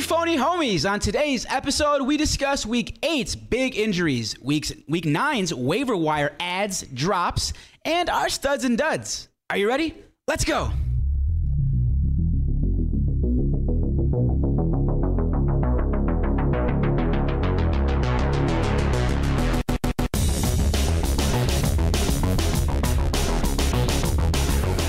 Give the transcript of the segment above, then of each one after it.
phony homies. On today's episode, we discuss week eight's big injuries, weeks, week nine's waiver wire ads, drops, and our studs and duds. Are you ready? Let's go.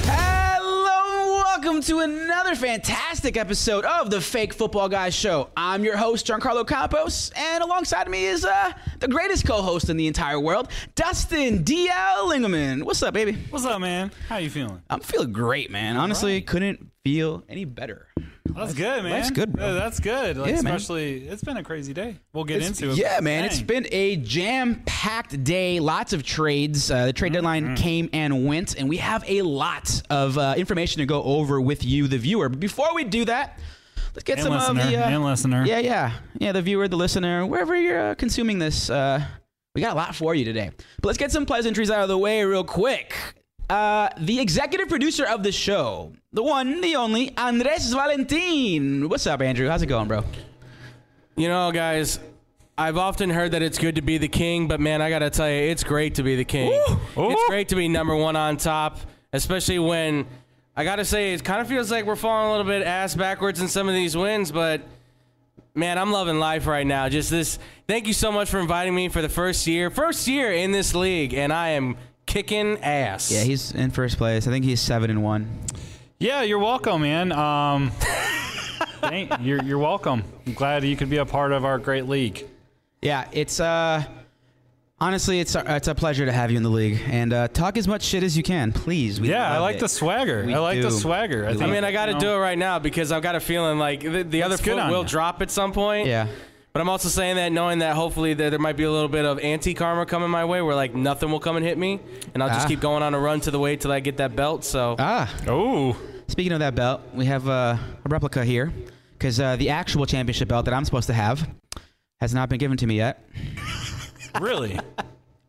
Hello, and welcome to another fantastic episode of the Fake Football Guys Show. I'm your host, Giancarlo Campos, and alongside me is uh, the greatest co-host in the entire world, Dustin DL Lingaman. What's up, baby? What's up, man? How you feeling? I'm feeling great, man. Honestly, couldn't feel any better. That's good, man. life's good, bro. Yeah, that's good. Like, Yeah, man. especially, it's been a crazy day. We'll get It's- into it. Yeah, but man. It's dang. been a jam packed day. Lots of trades. Uh, the trade Mm-hmm. deadline came and went, and we have a lot of uh, information to go over with you, the viewer. But before we do that, let's get And some of the. listener, Uh, and listener. Yeah, yeah. Yeah, the viewer, the listener, wherever you're uh, consuming this, uh, we got a lot for you today. But let's get some pleasantries out of the way real quick. Uh, the executive producer of the show, the one, the only, Andres Valentin. What's up, Andrew? How's it going, bro? You know, guys, I've often heard that it's good to be the king, but man, I gotta tell you, it's great to be the king. Ooh. It's great to be number one on top, especially when I gotta say it kind of feels like we're falling a little bit ass backwards in some of these wins, but man, I'm loving life right now. Just this. Thank you so much for inviting me for the first year, first year in this league, and I am kicking ass. Yeah, he's in first place. I think he's seven and one. Yeah, you're welcome, man. Um, thank- you're, you're welcome. I'm glad you could be a part of our great league. Yeah, it's uh honestly it's a, it's a pleasure to have you in the league and uh, talk as much shit as you can, please. We Yeah, I love like it. the swagger. We I like the do. swagger. I, We think, I mean, I gotta you do know, it right now because I've got a feeling like the, the other Looks good foot on will ya. drop at some point. Yeah. But I'm also saying that knowing that hopefully there, there might be a little bit of anti karma coming my way where like nothing will come and hit me. And I'll just Ah. keep going on a run to the way till I get that belt. So Ah, Oh, speaking of that belt, we have uh, a replica here cuz uh, the actual championship belt that I'm supposed to have has not been given to me yet. really?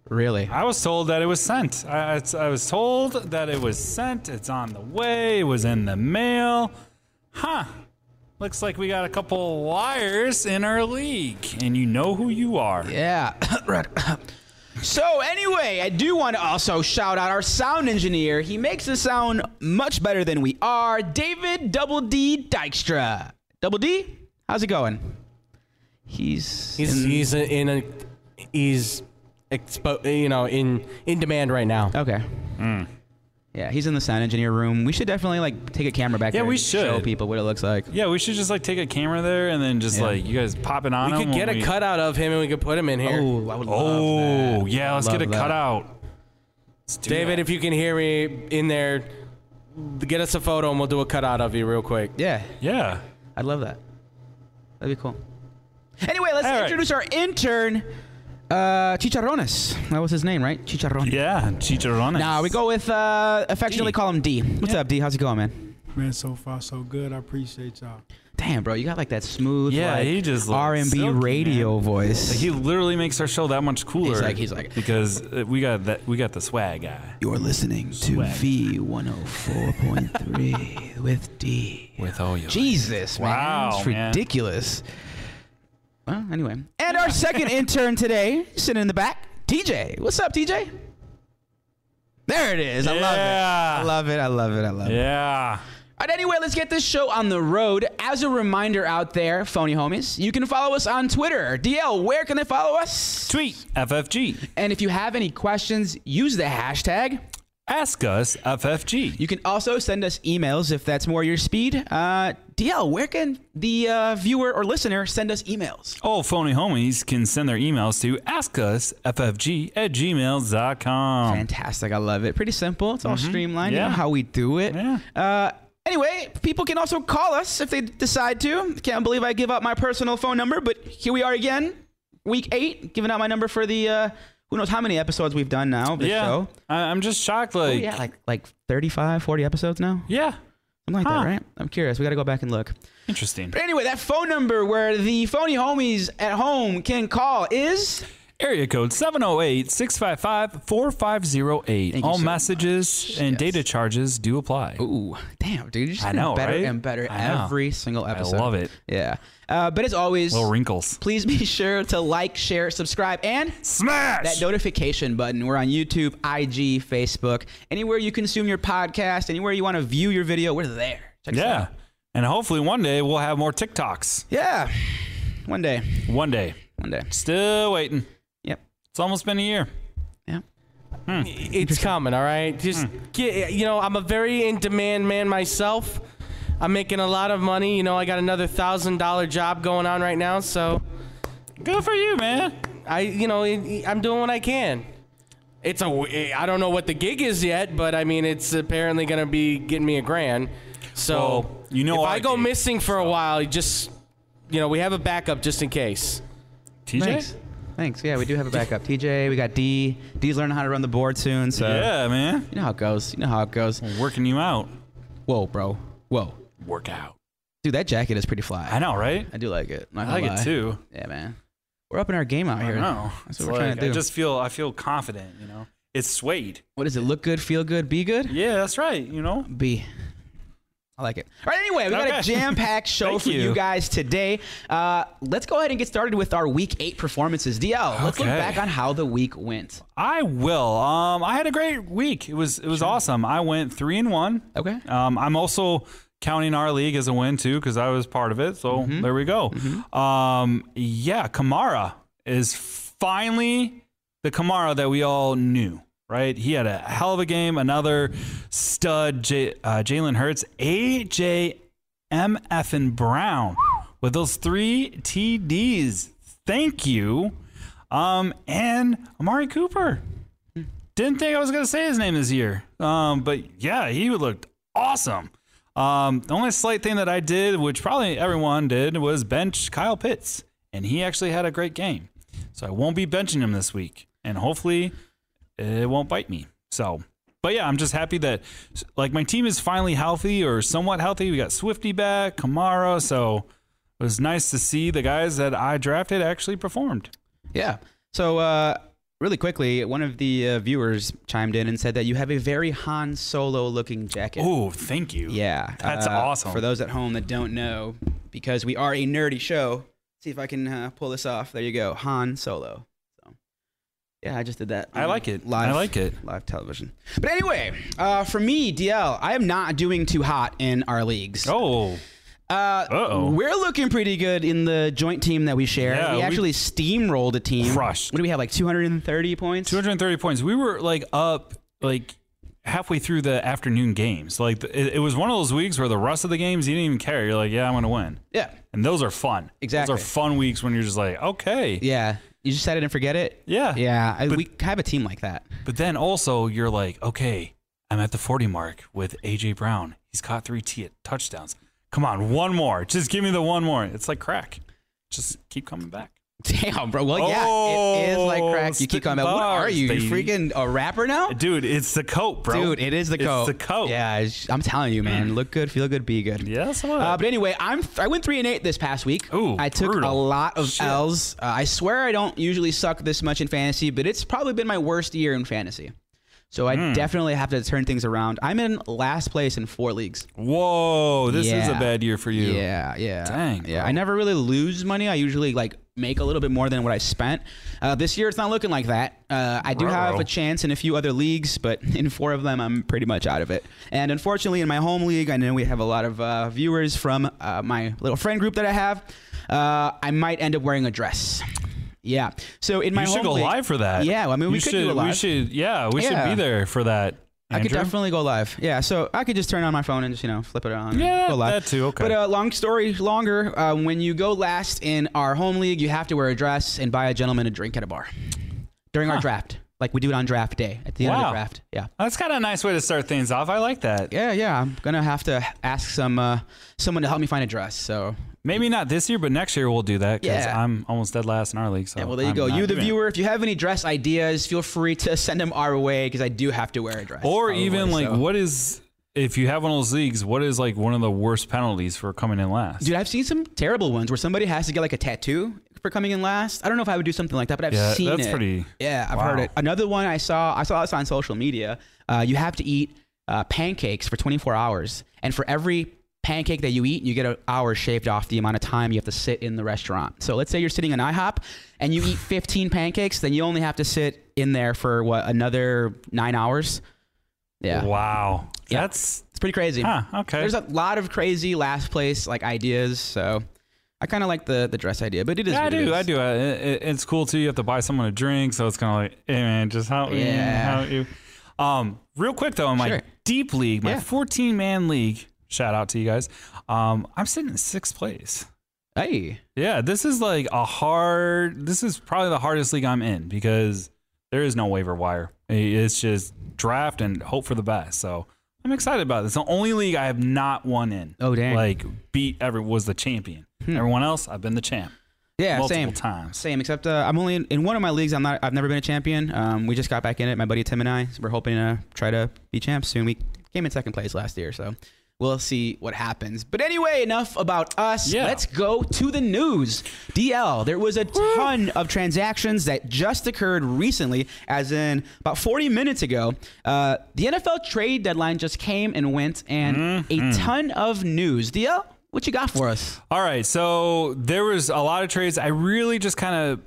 Really? I was told that it was sent. I, it's- I was told that it was sent. It's on the way. It was in the mail. Huh. Looks like we got a couple liars in our league, and you know who you are. Yeah. right. So anyway, I do want to also shout out our sound engineer. He makes us sound much better than we are. David Double D Dykstra. Double D, how's it going? He's he's, in- he's in a, he's expo- you know, in, in demand right now. okay. Hmm. Yeah, he's in the sound engineer room. We should definitely like take a camera back. Yeah, there we and show should. people what it looks like. Yeah, we should just like take a camera there and then just Yeah. like you guys pop it on. We him could get when a cutout of him and we could put him in here. Oh, I would love Oh, that. yeah, let's Love get a that. cutout. Let's do that. David, if you can hear me in there, get us a photo and we'll do a cutout of you real quick. Yeah, yeah. I'd love that. That'd be cool. Anyway, let's All right. introduce our intern, uh, Chicharrones. That was his name, right? Chicharrones. Yeah, chicharrones. Nah, we go with uh, affectionately D. call him D. What's Yeah. up, D? How's it going, man? Man, so far so good. I appreciate y'all. Damn, bro, you got like that smooth, Yeah, like, he just looks R and B silky, radio man. voice. Like, he literally makes our show that much cooler. like- he's like- because uh, we got that we got the swag guy. You're listening to Swag. V one hundred four point three with D. With all your Jesus, man, Wow, it's man. ridiculous. Well, anyway, and our second intern today, sitting in the back, TJ. What's up, TJ? There it is. I love it. Yeah. I love it. I love it. I love it. Yeah. All right, anyway, let's get this show on the road. As a reminder out there, phony homies, you can follow us on Twitter. DL, where can they follow us? Tweet FFG. And if you have any questions, use the hashtag. Ask us FFG. You can also send us emails if that's more your speed. Uh, DL, where can the uh, viewer or listener send us emails? All phony homies can send their emails to askusffg at gmail.com. Fantastic. I love it. Pretty simple. It's all streamlined. You Um, Mm-hmm. Yeah. know how we do it. Yeah. Uh, anyway, people can also call us if they decide to. Can't believe I give out my personal phone number, but here we are again, week eight, giving out my number for the uh, who knows how many episodes we've done now. of This yeah. show. Oh, I, I'm just shocked. Like, yeah, like like 35, 40 episodes now. yeah. Something like Huh. that, right? I'm curious. We got to go back and look. Interesting. But anyway, that phone number where the phony homies at home can call is Area code 708 655 4508. Thank you All so messages much. and Yes. data charges do apply. Ooh, damn, dude! You're just I getting know, better right? and better I know. every single episode. love it. Yeah, uh, but as always, Little wrinkles. please be sure to like, share, subscribe, and Smash! that notification button. We're on YouTube, IG, Facebook, anywhere you consume your podcast, anywhere you want to view your video, we're there. Check us yeah. out. And hopefully one day we'll have more TikToks. yeah. One day, One day. one day. Still waiting. Yep. It's almost been a year. Yep. It's coming, all right? Just Hmm. get, you know, I'm a very in demand man myself. I'm making a lot of money. You know, I got another $1,000 job going on right now. So Good for you, man. I, you know, it- I'm doing what I can. It's a, I don't know what the gig is yet, but I mean, it's apparently going to be getting me a grand. So, Well, you know if our I go gig, missing for a while, you just, you know, we have a backup just in case. TJ? Thanks. Thanks. Yeah, we do have a backup. TJ, we got D. D's learning how to run the board soon, so Yeah, man. you know how it goes. You know how it goes. Working you out. Whoa, bro. Whoa. Work out. Dude, that jacket is pretty fly. I know, right? I do like it. Not I like gonna it lie. too. Yeah, man. We're up in our game out I here. know. That's It's what we're trying like, to do. I just feel I feel confident, you know. It's suede. What does it? Look good, feel good, be good? Yeah, that's right, you know. B. I like it. All right, anyway, we got Okay. a jam-packed show Thank for you. you. guys today. Uh, let's go ahead and get started with our week eight performances. DL, let's look Okay. back on how the week went. I will. Um I had a great week. It was it was awesome. I went 3 and 1. Okay. Um I'm also counting our league as a win too cuz I was part of it. So there we go. Um yeah, Kamara is finally the Kamara that we all knew, right? He had a hell of a game, another stud J- uh, Jalen Hurts, AJ M. F. and Brown with those three TDs. Thank you. Um, and Amari Cooper. Didn't think I was gonna say his name this year. Um, but yeah, he looked awesome. Um, the only slight thing that I did, which probably everyone did, was bench Kyle Pitts, and he actually had a great game. So I won't be benching him this week, and hopefully it won't bite me. So, but yeah, I'm just happy that like my team is finally healthy or somewhat healthy. We got Swifty back, Kamara, so it was nice to see the guys that I drafted actually performed. Yeah. So, uh, really quickly, one of the uh, viewers chimed in and said that you have a very Han Solo looking jacket. Oh, thank you. Yeah. That's uh, awesome. For those at home that don't know, because we are a nerdy show, see if I can uh, pull this off. There you go. Han Solo. So, yeah, I just did that. I on like it. Live, I like it. Live television. But anyway, uh, for me, DL, I am not doing too hot in our leagues. Oh, Uh, Uh-oh. we're looking pretty good in the joint team that we share. Yeah, we we- actually steamrolled a team. Crushed. What do we have? Like 230 points? 230 points. We were like up like halfway through the afternoon games. Like it, it was one of those weeks where the rest of the games you didn't even care. You're like, yeah, I'm gonna win. Yeah. And those are fun. Exactly. Those are fun weeks when you're just like, okay. Yeah. You just set it and forget it? Yeah. Yeah. I, we have a team like that. But then also you're like, okay, I'm at the 40 mark with AJ Brown. He's caught three t- touchdowns. Come on, one more. Just give me the one more. It's like crack. Just keep coming back. Damn, bro. Well, yeah, it is like crack. You keep Oh, coming back. What are spitting you? bars, You baby. freaking a rapper now? Dude, it's the coat, bro. Dude, it is the coat. It's the coat. Yeah, it's- I'm telling you, man. Look good, feel good, be good. Yes, what? Uh, but anyway, I'm th- I went three and eight this past week. Ooh, I took a brutal. lot of Shit. L's. Uh, I swear I don't usually suck this much in fantasy, but it's probably been my worst year in fantasy. So Hmm. I definitely have to turn things around. I'm in last place in four leagues. Whoa, this is a Yeah. bad year for you. Yeah, yeah. Dang, Yeah, bro. I never really lose money. I usually like make a little bit more than what I spent. Uh, this year, it's not looking like that. Uh, I do have Ruh-roh. a chance in a few other leagues, but in four of them, I'm pretty much out of it. And unfortunately, in my home league, I know we have a lot of uh, viewers from uh, my little friend group that I have. Uh, I might end up wearing a dress. Yeah. So in my You home should go league- live for that. Yeah, I mean, we You could should, do a We live. should, yeah, we Yeah. should be there for that. I could Andrew? definitely go live. Yeah, so I could just turn on my phone and just you know flip it on. and Yeah, go live. that too, okay. But uh, long story longer, um, when you go last in our home league, you have to wear a dress and buy a gentleman a drink at a bar during our draft. Like we do it on draft day at the end of the Wow. draft. Yeah. That's kind of a nice way to start things off. I like that. Yeah, yeah. I'm gonna have to ask some uh, someone to help me find a dress. So Maybe not this year, but next year we'll do that because Yeah. I'm almost dead last in our league. So yeah, well there you I'm go. not You the doing it. viewer, if you have any dress ideas, feel free to send them our way because I do have to wear a dress. Or probably, even like, so. what is if you have one of those leagues? What is like one of the worst penalties for coming in last? Dude, I've seen some terrible ones where somebody has to get like a tattoo for coming in last. I don't know if I would do something like that, but I've Yeah, seen that's it. pretty- Yeah, I've wow. heard it. Another one I saw. I saw this on social media. Uh, you have to eat uh, pancakes for 24 hours, and for every pancake that you eat, you get an hour shaved off the amount of time you have to sit in the restaurant. So let's say you're sitting in IHOP and you eat 15 pancakes, then you only have to sit in there for what another nine hours. Yeah, Wow. Yeah. That's it's pretty crazy. huh, okay. There's a lot of crazy last place like ideas, so I kind of like the the dress idea, but it is. yeah, I what it do. I is. do. I, it, it's cool too. You have to buy someone a drink, so it's kind of like, hey man, just how, Yeah. how you. Um, real quick though, in my Sure. deep league, my Yeah. 14 man league, shout out to you guys. Um, I'm sitting in sixth place. Hey, Yeah, this is like a hard. This is probably the hardest league I'm in because there is no waiver wire. It's just draft and hope for the best. So I'm excited about this. The only league I have not won in. Oh, dang. Hmm. Like beat ever was the champion. Everyone else, I've been the champ yeah, multiple same. times. Same, except uh, I'm only in, in one of my leagues. I'm not. I've never been a champion. Um, we just got back in it. My buddy Tim and I. So we're hoping to try to be champs soon. We came in second place last year, so we'll see what happens. But anyway, enough about us. Yeah. Let's go to the news. DL. There was a ton of transactions that just occurred recently, as in about 40 minutes ago. Uh, the NFL trade deadline just came and went, and a ton of news. DL, what you got for us? All right, so there was a lot of trades. I really just kind of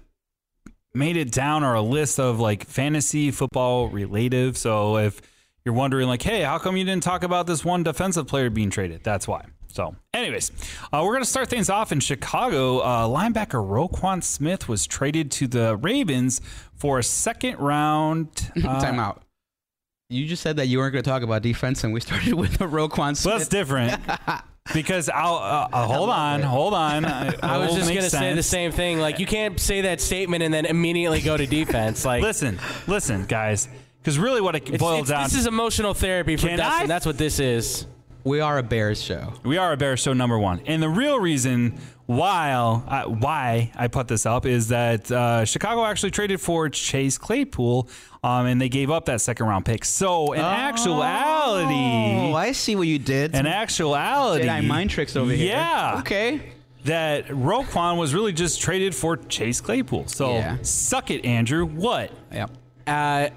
made it down or a list of like fantasy football related. So if you're wondering, like, hey, how come you didn't talk about this one defensive player being traded? That's why. So, anyways, uh, we're going to start things off in Chicago. Uh, linebacker Roquan Smith was traded to the Ravens for a second round. Uh, Time out. You just said that you weren't going to talk about defense, and we started with the Roquan Well, Smith. that's different because I'll uh, uh, hold on, hold on. I was just gonna say the same. same thing. Like you can't say that statement and then immediately go to defense. Like Listen, listen, guys, because really what it it's- boils it's- down This is emotional therapy for Can Dustin. I- That's what this is. we are a Bears show. we are a bear show number one, and the real reason while I, why I put this up is that uh, Chicago actually traded for Chase Claypool, um, and they gave up that second round pick. So in Oh, actuality, I see what you did. in actuality, Did I mind tricks over here? Yeah. Okay. That Roquan was really just traded for Chase Claypool. So Yeah. suck it, Andrew. What? Yep. Uh,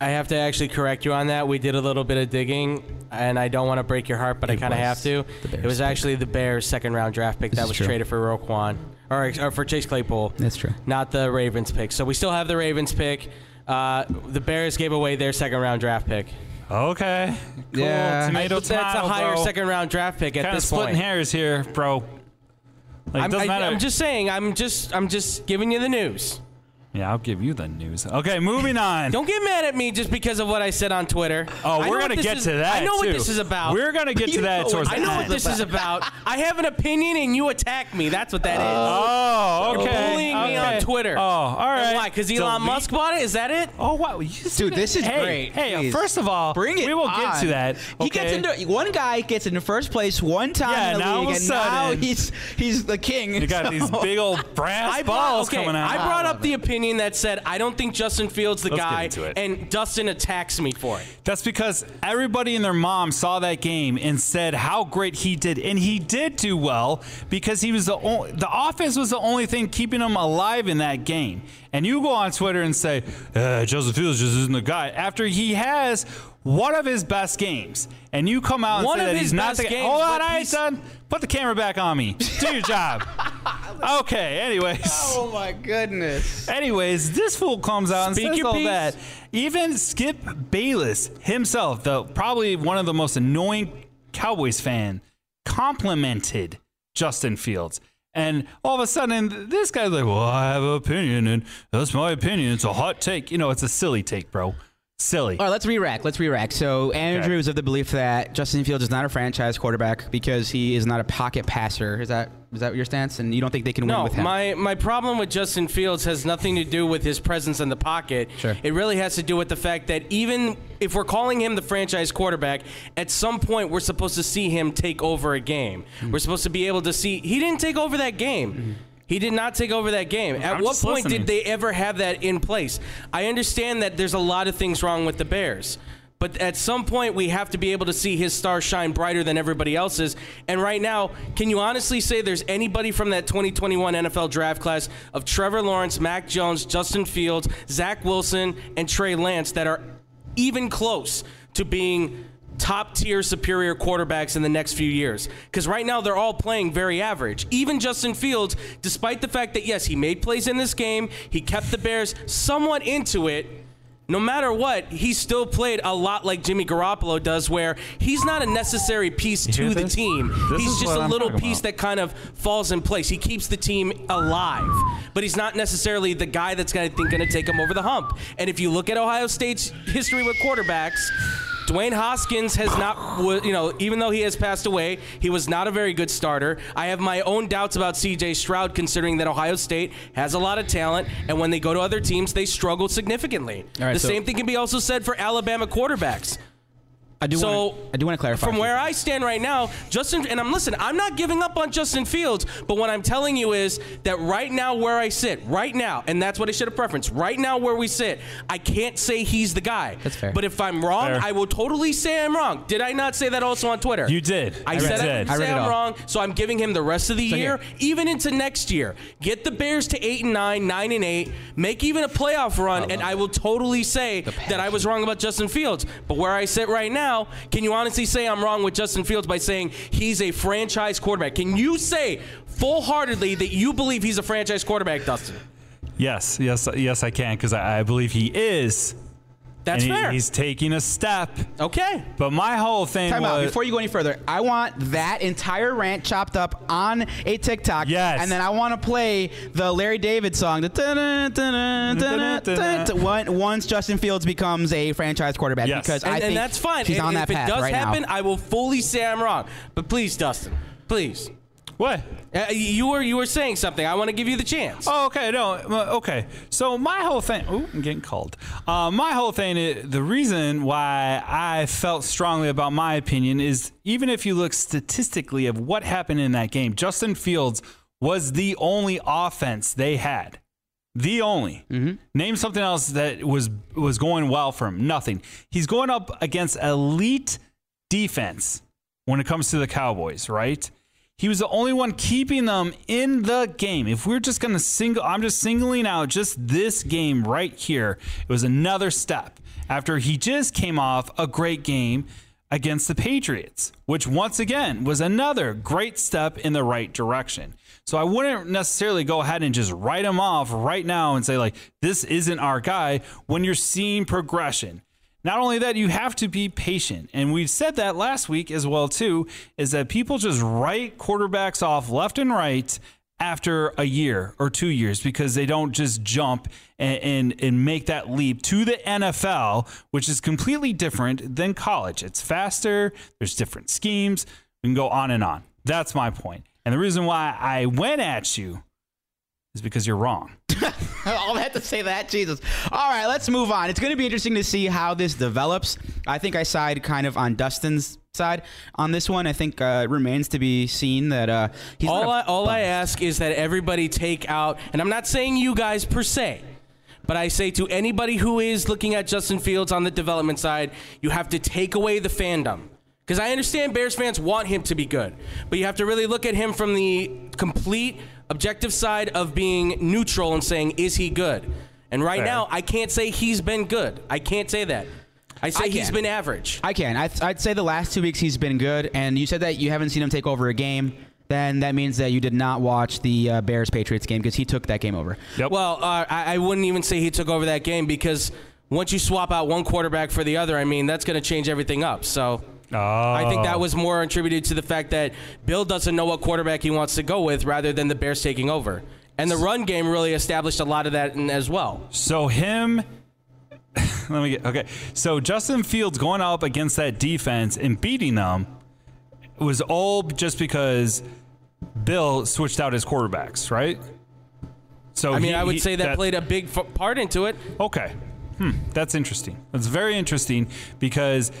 I have to actually correct you on that. We did a little bit of digging, and I don't want to break your heart, but I kind of was have to. the Bears It was pick. actually the Bears' second round draft pick that is was true. traded for Roquan or, or for Chase Claypool. That's true. Not the Ravens pick. So we still have the Ravens pick. Uh, the Bears gave away their second round draft pick. Okay. Cool. Yeah. Tomato, But that's tomato, a higher bro. second round draft pick at kind of this splitting point. hairs here, bro. Like, it I'm, doesn't I, matter. I'm just saying. I'm just. I'm just giving you the news. yeah, I'll give you the news. Okay, moving on. Don't get mad at me just because of what I said on Twitter. I oh, know we're what gonna this get is- to that. I know what too. this is about. We're gonna get You to that know towards what the I know what end. this is about. I have an opinion and you attack me. That's what that is. Oh, okay. bullying me on okay. Twitter. Oh, all right. And why? Because Elon Delete- Musk bought it? Is that it? Oh, wow. You just Dude, did it. this is hey, great. Hey, Please. first of all, Bring it. we will get on. to that. He gets okay? into one guy gets into first place one time Yeah, in the now league, all of a and now sudden- he's he's the king. You got these big old brass balls okay, coming out. I brought up the opinion that said I don't think Justin Fields the Let's get guy, into it. and Dustin attacks me for it. That's because everybody and their mom saw that game and said how great he did, and he did do well because he was the only, the offense was the only thing keeping him alive in that game. And you go on Twitter and say uh, Joseph Fields just isn't the guy after he has one of his best games, and you come out and One say of that his he's not best the guy. games, Hold on, but I ain't he's- done. Put the camera back on me. Do your job. okay. Anyways. Oh my goodness. Anyways, this fool comes out Speak and says your all piece. that. Even Skip Bayless himself, the probably one of the most annoying Cowboys fan, complimented Justin Fields. And all of a sudden, this guy's like, "Well, I have an opinion, and that's my opinion. It's a hot take. You know, it's a silly take, bro. Silly. Uh, All right, let's re-rack. Let's re-rack. So Andrew Okay. is of the belief that Justin Fields is not a franchise quarterback because he is not a pocket passer. Is that is that your stance? And you don't think they can win No, with him? my my problem with Justin Fields has nothing to do with his presence in the pocket. Sure. It really has to do with the fact that even if we're calling him the franchise quarterback, at some point we're supposed to see him take over a game. Hmm. We're supposed to be able to see he didn't take over that game. He did not take over that game. At I'm what just point listening. did they ever have that in place? I understand that there's a lot of things wrong with the Bears. But at some point, we have to be able to see his star shine brighter than everybody else's. And right now, can you honestly say there's anybody from that 2021 NFL draft class of Trevor Lawrence, Mac Jones, Justin Fields, Zach Wilson, and Trey Lance that are even close to being top tier superior quarterbacks in the next few years because right now they're all playing very average even justin fields despite the fact that yes he made plays in this game he kept the bears somewhat into it no matter what he still played a lot like jimmy garoppolo does where he's not a necessary piece hear to the this? team This he's is just what a I'm little talking piece about. that kind of falls in place he keeps the team alive but he's not necessarily the guy that's going to think going to take him over the hump and if you look at ohio state's history with quarterbacks Dwayne Hoskins has not, wa- you know, even though he has passed away, he was not a very good starter. I have my own doubts about CJ Stroud, considering that Ohio State has a lot of talent, and when they go to other teams, they struggle significantly. All right, the so- same thing can be also said for Alabama quarterbacks. I do. So- wanna, I do want to clarify. From where I stand right now, Justin, and I'm listen, I'm not giving up on Justin Fields, but what I'm telling you is that right now where I sit, right now, and that's what I should have preferenced, right now where we sit, I can't say he's the guy. That's fair. But if I'm wrong, Fair. I will totally say I'm wrong. Did I not say that also on Twitter? You did. I, You said I did. didn't I say read it I'm all. wrong, so I'm giving him the rest of the So year, here. even into next year. Get the Bears to eight and nine, nine and eight, make even a playoff run, and I will totally say that I was wrong about Justin Fields. But where I sit right now, can you honestly say I'm wrong with Justin Fields by saying he's a franchise quarterback? Can you say full heartedly that you believe he's a franchise quarterback, Dustin? Yes, yes, yes, I can because I, I believe he is. That's and he- fair. He's taking a step. okay. But my whole thing Time out. was Before you go any further, I want that entire rant chopped up on a TikTok. Yes. And then I want to play the Larry David song. The dun-dun, dun-dun, dun-dun, dun-dun, Dun-dun-dun-dun. when- once Justin Fields becomes a franchise quarterback, Yes. because And, I and think that's fine. he's and, on and that if path it does right happen, now. I will fully say I'm wrong. But please, Dustin, please. what? Uh, you were you were saying something. I want to give you the chance. Oh, okay. No, uh, okay. So my whole thing. Ooh, I'm getting called. Uh, my whole thing. i- The reason why I felt strongly about my opinion is even if you look statistically of what happened in that game, Justin Fields was the only offense they had. The only. Name something else that was was going well for him. Nothing. He's going up against elite defense when it comes to the Cowboys, right? He was the only one keeping them in the game. If we're just going to single, I'm just singling out just this game right here. It was another step after he just came off a great game against the Patriots, which once again was another great step in the right direction. So I wouldn't necessarily go ahead and just write him off right now and say, like, this isn't our guy when you're seeing progression. Not only that, you have to be patient. And we said that last week as well too is that people just write quarterbacks off left and right after a year or two years because they don't just jump and, and, and make that leap to the NFL, which is completely different than college. It's faster, there's different schemes. We can go on and on. That's my point. And the reason why I went at you is because you're wrong. I'll have to say that, Jesus. All right, let's move on. It's going to be interesting to see how this develops. I think I side kind of on Dustin's side on this one. I think uh, it remains to be seen that uh, he's all I, not a all I bum. ask is that everybody take out, and I'm not saying you guys per se, but I say to anybody who is looking at Justin Fields on the development side, you have to take away the fandom. Because I understand Bears fans want him to be good, but you have to really look at him from the complete objective side of being neutral and saying, is he good? And right Fair. now, I can't say he's been good. I can't say that. I say I he's can. been average. I can. I I'd say the last two weeks he's been good, and you said that you haven't seen him take over a game. Then that means that you did not watch the uh, Bears Patriots game because he took that game over. Yep. Well, uh, I, I wouldn't even say he took over that game because once you swap out one quarterback for the other, I mean, that's going to change everything up. So I think Oh. that was more attributed to the fact that Bill doesn't know what quarterback he wants to go with rather than the Bears taking over. And the run game really established a lot of that in, as well. So him. let me get okay. So Justin Fields going up against that defense and beating them was all just because Bill switched out his quarterbacks, right? So I mean, he- I would he- say that, played a big f- part into it. Okay. Hmm. That's interesting. That's very interesting because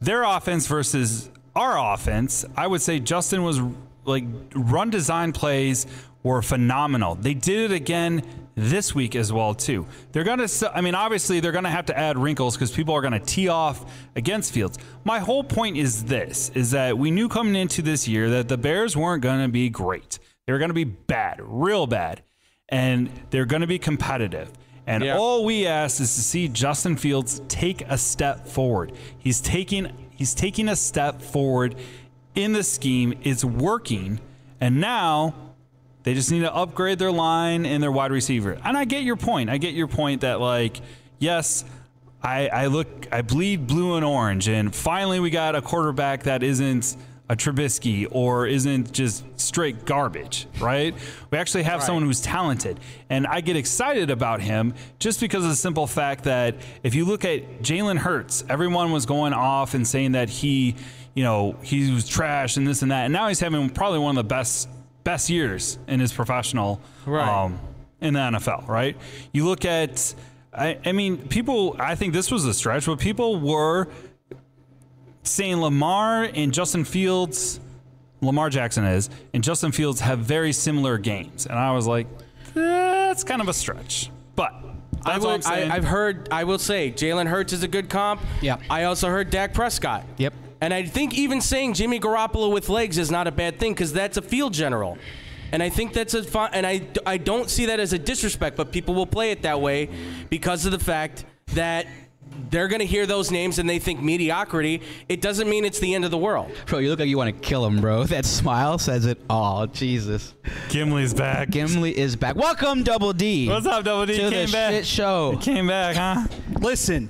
their offense versus our offense, I would say Justin was like run design plays were phenomenal. They did it again this week as well too. They're gonna. s- I mean, obviously they're gonna have to add wrinkles because people are gonna tee off against Fields. My whole point is this: is that we knew coming into this year that the Bears weren't gonna be great. They were gonna be bad, real bad, and they're gonna be competitive. And Yeah. all we ask is to see Justin Fields take a step forward. He's taking he's taking a step forward in the scheme. It's working. And now they just need to upgrade their line and their wide receiver. And I get your point. I get your point that like, yes, I, I look I bleed blue and orange, and finally we got a quarterback that isn't a Trubisky or isn't just straight garbage, right? We actually have someone who's talented. And I get excited about him just because of the simple fact that if you look at Jalen Hurts, everyone was going off and saying that he, you know, he was trash and this and that. And now he's having probably one of the best best years in his professional um, Right. in the NFL, right? You look at, I, I mean, people, I think this was a stretch, but people were saying Lamar and Justin Fields, Lamar Jackson is, and Justin Fields have very similar games. And I was like, that's kind of a stretch. But that's I what I'm would, saying. I, I've heard. I will say Jalen Hurts is a good comp. Yeah. I also heard Dak Prescott. Yep. And I think even saying Jimmy Garoppolo with legs is not a bad thing because that's a field general. And I think that's a fun, and I, I don't see that as a disrespect, but people will play it that way because of the fact that they're going to hear those names and they think mediocrity. It doesn't mean it's the end of the world. Bro, you look like you want to kill him, bro. That smile says it all. Jesus. Gimli's back. Gimli is back. Welcome, Double D. What's up, Double D? To You the came back. shit show. You came back, huh? Listen,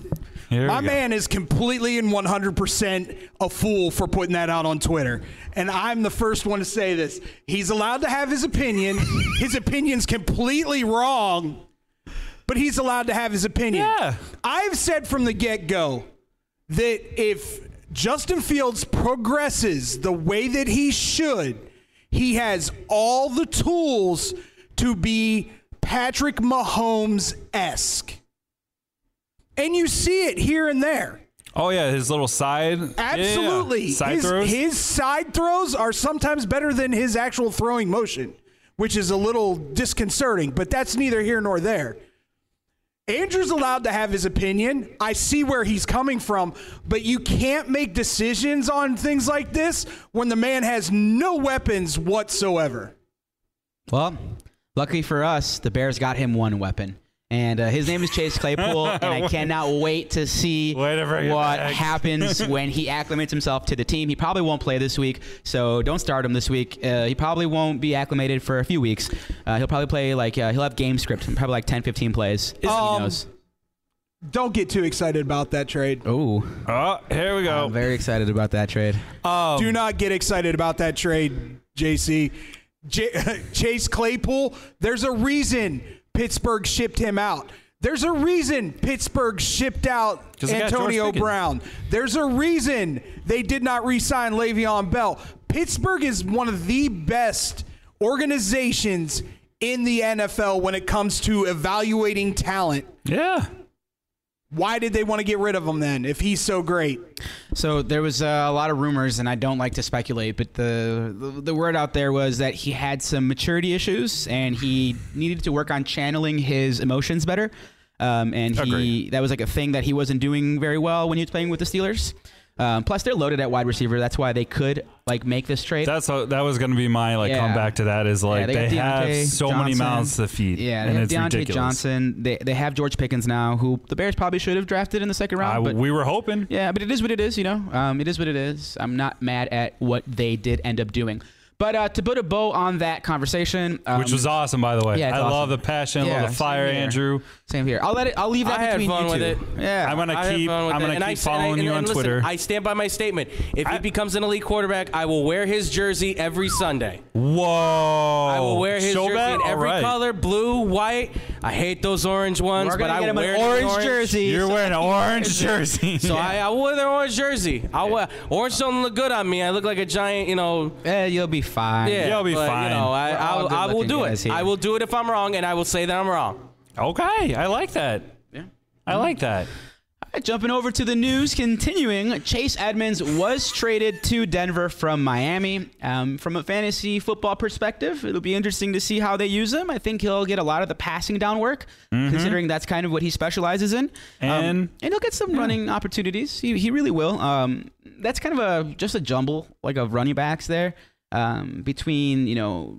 Here we my go. man is completely and 100% a fool for putting that out on Twitter. And I'm the first one to say this. He's allowed to have his opinion. his opinion's completely wrong, but he's allowed to have his opinion. Yeah. I've said from the get go that if Justin Fields progresses the way that he should, he has all the tools to be Patrick Mahomes esque. And you see it here and there. Oh, yeah, his little side. yeah, yeah, yeah. Absolutely. Side his, throws. his side throws are sometimes better than his actual throwing motion, which is a little disconcerting, but that's neither here nor there. Andrew's allowed to have his opinion. I see where he's coming from, but you can't make decisions on things like this when the man has no weapons whatsoever. Well, luckily for us, the Bears got him one weapon. And uh, his name is Chase Claypool, and I cannot wait to see Way to bring it what back. happens when he acclimates himself to the team. He probably won't play this week, so don't start him this week. Uh, he probably won't be acclimated for a few weeks. Uh, he'll probably play like uh, he'll have game script, probably like 10, 15 plays. he Um, knows. Don't get too excited about that trade. Oh, Oh, here we go. I'm very excited about that trade. Um, Do not get excited about that trade, JC. J- Chase Claypool, there's a reason Pittsburgh shipped him out. There's a reason Pittsburgh shipped out 'Cause they got George Antonio Pickens. Brown. There's a reason they did not re sign Le'Veon Bell. Pittsburgh is one of the best organizations in the NFL when it comes to evaluating talent. yeah. Why did they want to get rid of him then if he's so great? So there was uh, a lot of rumors, and I don't like to speculate, but the, the the word out there was that he had some maturity issues, and he needed to work on channeling his emotions better. Um, and he Agreed. that was like a thing that he wasn't doing very well when he was playing with the Steelers. Um, plus, they're loaded at wide receiver. That's why they could like make this trade. That's how, that was going to be my like Yeah. comeback to that is like Yeah, they, got have Deontay so many Johnson. mouths to feed. Yeah, they and have it's Deontay ridiculous. Johnson. They, they have George Pickens now, who the Bears probably should have drafted in the second round. I, but we were hoping. Yeah, but it is what it is, you know. Um, it is what it is. I'm not mad at what they did end up doing. But uh, to put a bow on that conversation, um, Which was awesome, by the way. yeah, it's I love awesome. the passion, Yeah, love the fire, same here. Andrew. same here. I'll let it. I'll leave that I had between fun you with two. it. Yeah, I'm gonna I had keep. fun with I'm it. gonna And I keep said- and I- following you and- on and listen, Twitter. I stand by my statement. If I- he becomes an elite quarterback, I will wear his jersey every Sunday. Whoa! I will wear his Oh, Show jersey that? in every All right. color, blue, white. I hate those orange ones, We're but gonna I get him wear an the orange, jersey. You're so- wearing an orange jersey. So I, I wear the orange jersey. I wear orange don't look good on me. I look like a giant, you know. Eh, you'll be fine. Yeah, You'll be but, fine. You know, I, We're all I'll- I, will good-looking do guys it. here. I will do it if I'm wrong, and I will say that I'm wrong. okay, I like that. Yeah. I like that. Alright, Jumping over to the news, continuing, Chase Edmonds was traded to Denver from Miami. Um, from a fantasy football perspective, it'll be interesting to see how they use him. I think he'll get a lot of the passing down work, considering that's kind of what he specializes in. Um, And- and he'll get some running opportunities. He, he really will. Um, that's kind of a just a jumble like of running backs there um, between you know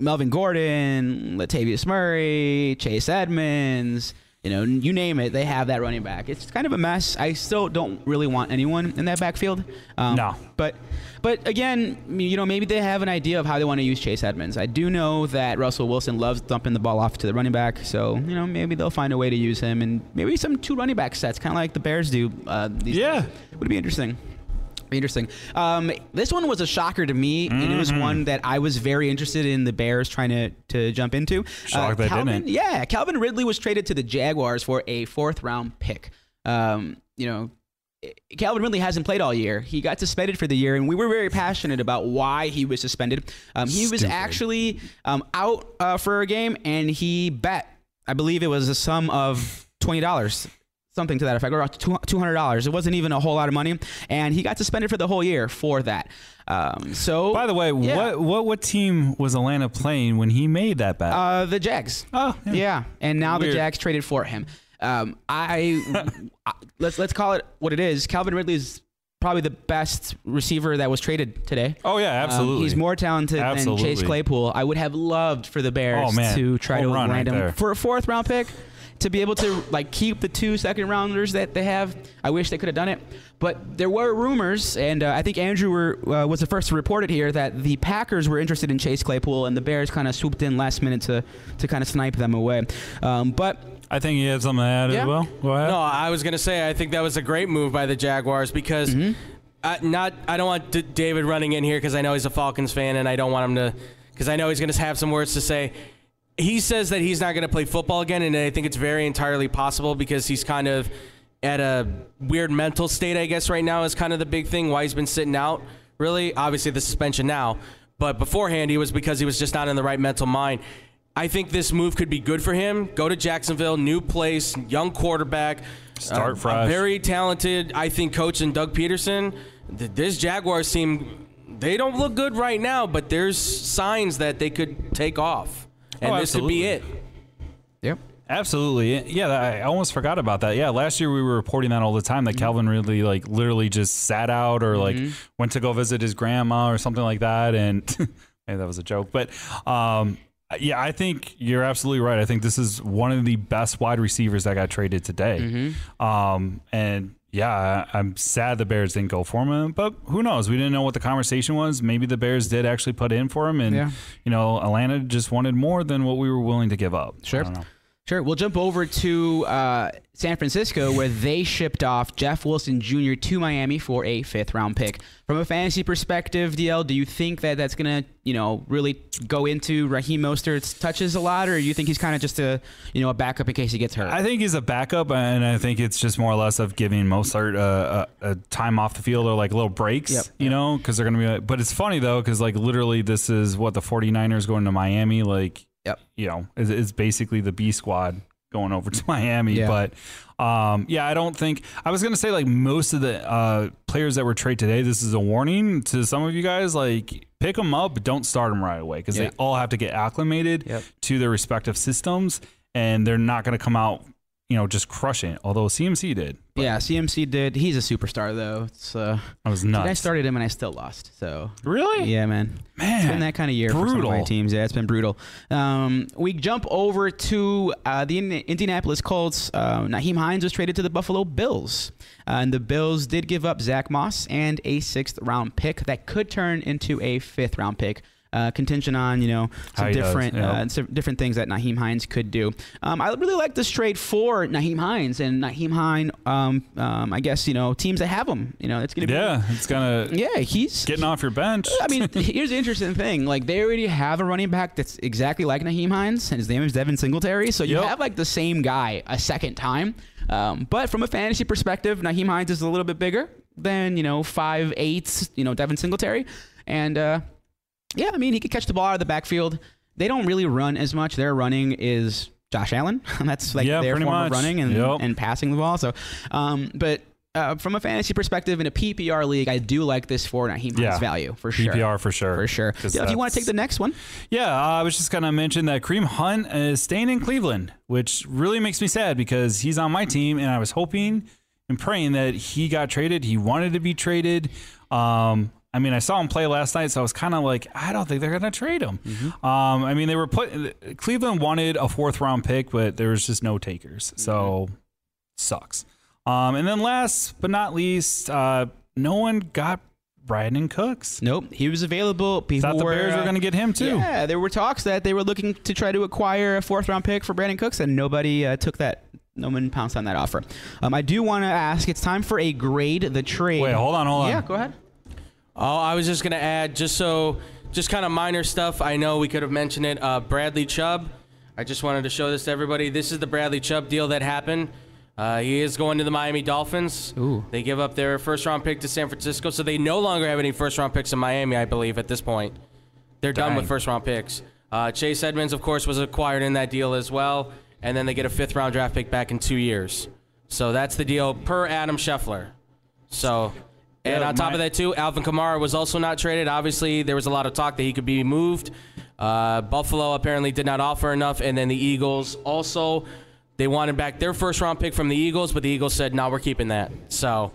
Melvin Gordon, Latavius Murray, Chase Edmonds. You know, you name it, they have that running back. It's kind of a mess. I still don't really want anyone in that backfield. Um, No. but but again, you know, maybe they have an idea of how they want to use Chase Edmonds. I do know that Russell Wilson loves thumping the ball off to the running back, so you know maybe they'll find a way to use him and maybe some two running back sets, kind of like the Bears do. Uh, these Yeah. days. would be interesting. Be Interesting. Um, this one was a shocker to me, and it Mm-hmm. was one that I was very interested in the Bears trying to, to jump into. Uh, Shocked they Calvin, didn't. Yeah, Calvin Ridley was traded to the Jaguars for a fourth round pick. Um, you know, eh, Calvin Ridley hasn't played all year. He got suspended for the year, and we were very passionate about why he was suspended. Um, he was actually um, out uh, for a game, and he bet, I believe it was a sum of twenty dollars, something to that effect, or two hundred dollars. It wasn't even a whole lot of money, and he got suspended for the whole year for that. Um, so, By the way, yeah. what what what team was Atlanta playing when he made that bet? Uh, the Jags. Oh, yeah. And now Weird. the Jags traded for him. Um, I, I- let's let's call it what it is. Calvin Ridley is probably the best receiver that was traded today. oh yeah, Um, absolutely. he's more talented than Chase Absolutely. Claypool. I would have loved for the Bears Oh, man. to try Home to run land right him there. for a fourth round pick to be able to like keep the two second rounders that they have. I wish they could have done it, but there were rumors, and uh, I think Andrew were, uh, was the first to report it here that the Packers were interested in Chase Claypool, and the Bears kind of swooped in last minute to to kind of snipe them away. Um, but I think he had something to add Yeah. as well. Go ahead. No, I was gonna say I think that was a great move by the Jaguars because I, not I don't want D- David running in here because I know he's a Falcons fan and I don't want him to because I know he's gonna have some words to say. He says that he's not gonna play football again, and I think it's very entirely possible because he's kind of at a weird mental state, I guess, right now is kind of the big thing why he's been sitting out. Really, obviously the suspension now, but beforehand he was because he was just not in the right mental mind. I think this move could be good for him. Go to Jacksonville, new place, young quarterback. uh, Start a fresh. very talented, I think, coach and Doug Peterson. Th- This Jaguars team, they don't look good right now, but there's signs that they could take off, and Oh, this could be it. absolutely. yep. Absolutely. Yeah, I almost forgot about that. Yeah, last year we were reporting that all the time Mm-hmm. that Calvin Ridley like literally just sat out or like went to go visit his grandma or something like that and hey, that was a joke. But um yeah, I think you're absolutely right. I think this is one of the best wide receivers that got traded today. Mm-hmm. Um and yeah, I- I'm sad the Bears didn't go for him, but who knows? We didn't know what the conversation was. Maybe the Bears did actually put in for him, and Yeah. you know, Atlanta just wanted more than what we were willing to give up. I Sure. don't know. Sure. We'll jump over to uh, San Francisco, where they shipped off Jeff Wilson Jr. to Miami for a fifth round pick. From a fantasy perspective, DL, do you think that that's gonna, you know, really go into Raheem Mostert's touches a lot, or you think he's kind of just a, you know, a backup in case he gets hurt? I think he's a backup, and I think it's just more or less of giving Mozart a, a, a time off the field or like little breaks, Yep. you know, because they're going to be like, but it's funny though, because like literally this is what the 49ers going to Miami, like, Yep. you know, is, is basically the B squad going over to Miami. Yeah. But um, yeah, I don't think, I was going to say like most of the uh, players that were traded today, this is a warning to some of you guys, like, pick them up, but don't start them right away because Yeah. they all have to get acclimated Yep. to their respective systems, and they're not going to come out, you know, just crushing. it, Although CMC did, yeah, CMC did. He's a superstar though. It's uh, I was dude, nuts. I started him and I still lost. So really? yeah, man. man, It's been that kind of year for some of my Eh, Brutal. teams. Yeah, it's been brutal. Um, we jump over to uh, the Ind- Indianapolis Colts. Uh, Naheem Hines was traded to the Buffalo Bills, uh, and the Bills did give up Zach Moss and a sixth round pick that could turn into a fifth round pick. Uh, contingent on you know How some he does, different yeah. uh, some different things that Naheem Hines could do. Um, I really like this trade for Naheem Hines and Naheem Hines. Um, um, I guess you know teams that have him. You know it's gonna yeah, it's gonna be yeah he's getting off your bench. I mean, here's the interesting thing. Like, they already have a running back that's exactly like Naheem Hines, and his name is Devin Singletary. So you Yep. have, like, the same guy a second time. Um, but from a fantasy perspective, Naheem Hines is a little bit bigger than, you know, five eighths, you know, Devin Singletary. And, uh, yeah, I mean, he could catch the ball out of the backfield. They don't really run as much. Their running is Josh Allen. That's like Yeah, their pretty form much. of running and, Yep. and passing the ball. So, um, but uh, from a fantasy perspective in a PPR league, I do like this for Naheem Yeah. Hines value for sure. PPR for sure. For sure. 'Cause Dale, if you want that's- to take the next one, Yeah, uh, I was just gonna mention that Kareem Hunt is staying in Cleveland, which really makes me sad because he's on my team, and I was hoping and praying that he got traded. He wanted to be traded. Um, I mean, I saw him play last night, so I was kind of like, I don't think they're gonna trade him. Mm-hmm. Um, I mean, they were put. Cleveland wanted a fourth round pick, but there was just no takers, so Mm-hmm. sucks. Um, and then last but not least, uh, no one got Brandon Cooks. nope, he was available before. Thought the Bears were uh, gonna get him too. Yeah, there were talks that they were looking to try to acquire a fourth round pick for Brandon Cooks, and nobody uh, took that. No one pounced on that offer. Um, I do want to ask. It's time for a grade the trade. Wait, hold on, hold on. Yeah, go ahead. Oh, I was just gonna add, just so, just kind of minor stuff. I know we could have mentioned it. Uh, Bradley Chubb. I just wanted to show this to everybody. This is the Bradley Chubb deal that happened. Uh, he is going to the Miami Dolphins. Ooh. They give up their first round pick to San Francisco, so they no longer have any first round picks in Miami, I believe, at this point. They're done with Dang. first round picks. Uh, Chase Edmonds, of course, was acquired in that deal as well, and then they get a fifth round draft pick back in two years. So that's the deal per Adam Scheffler. So, and Yeah, on top my- of that, too, Alvin Kamara was also not traded. Obviously, there was a lot of talk that he could be moved. Uh, Buffalo apparently did not offer enough, and then the Eagles also they wanted back their first round pick from the Eagles, but the Eagles said, "No, we're keeping that." So,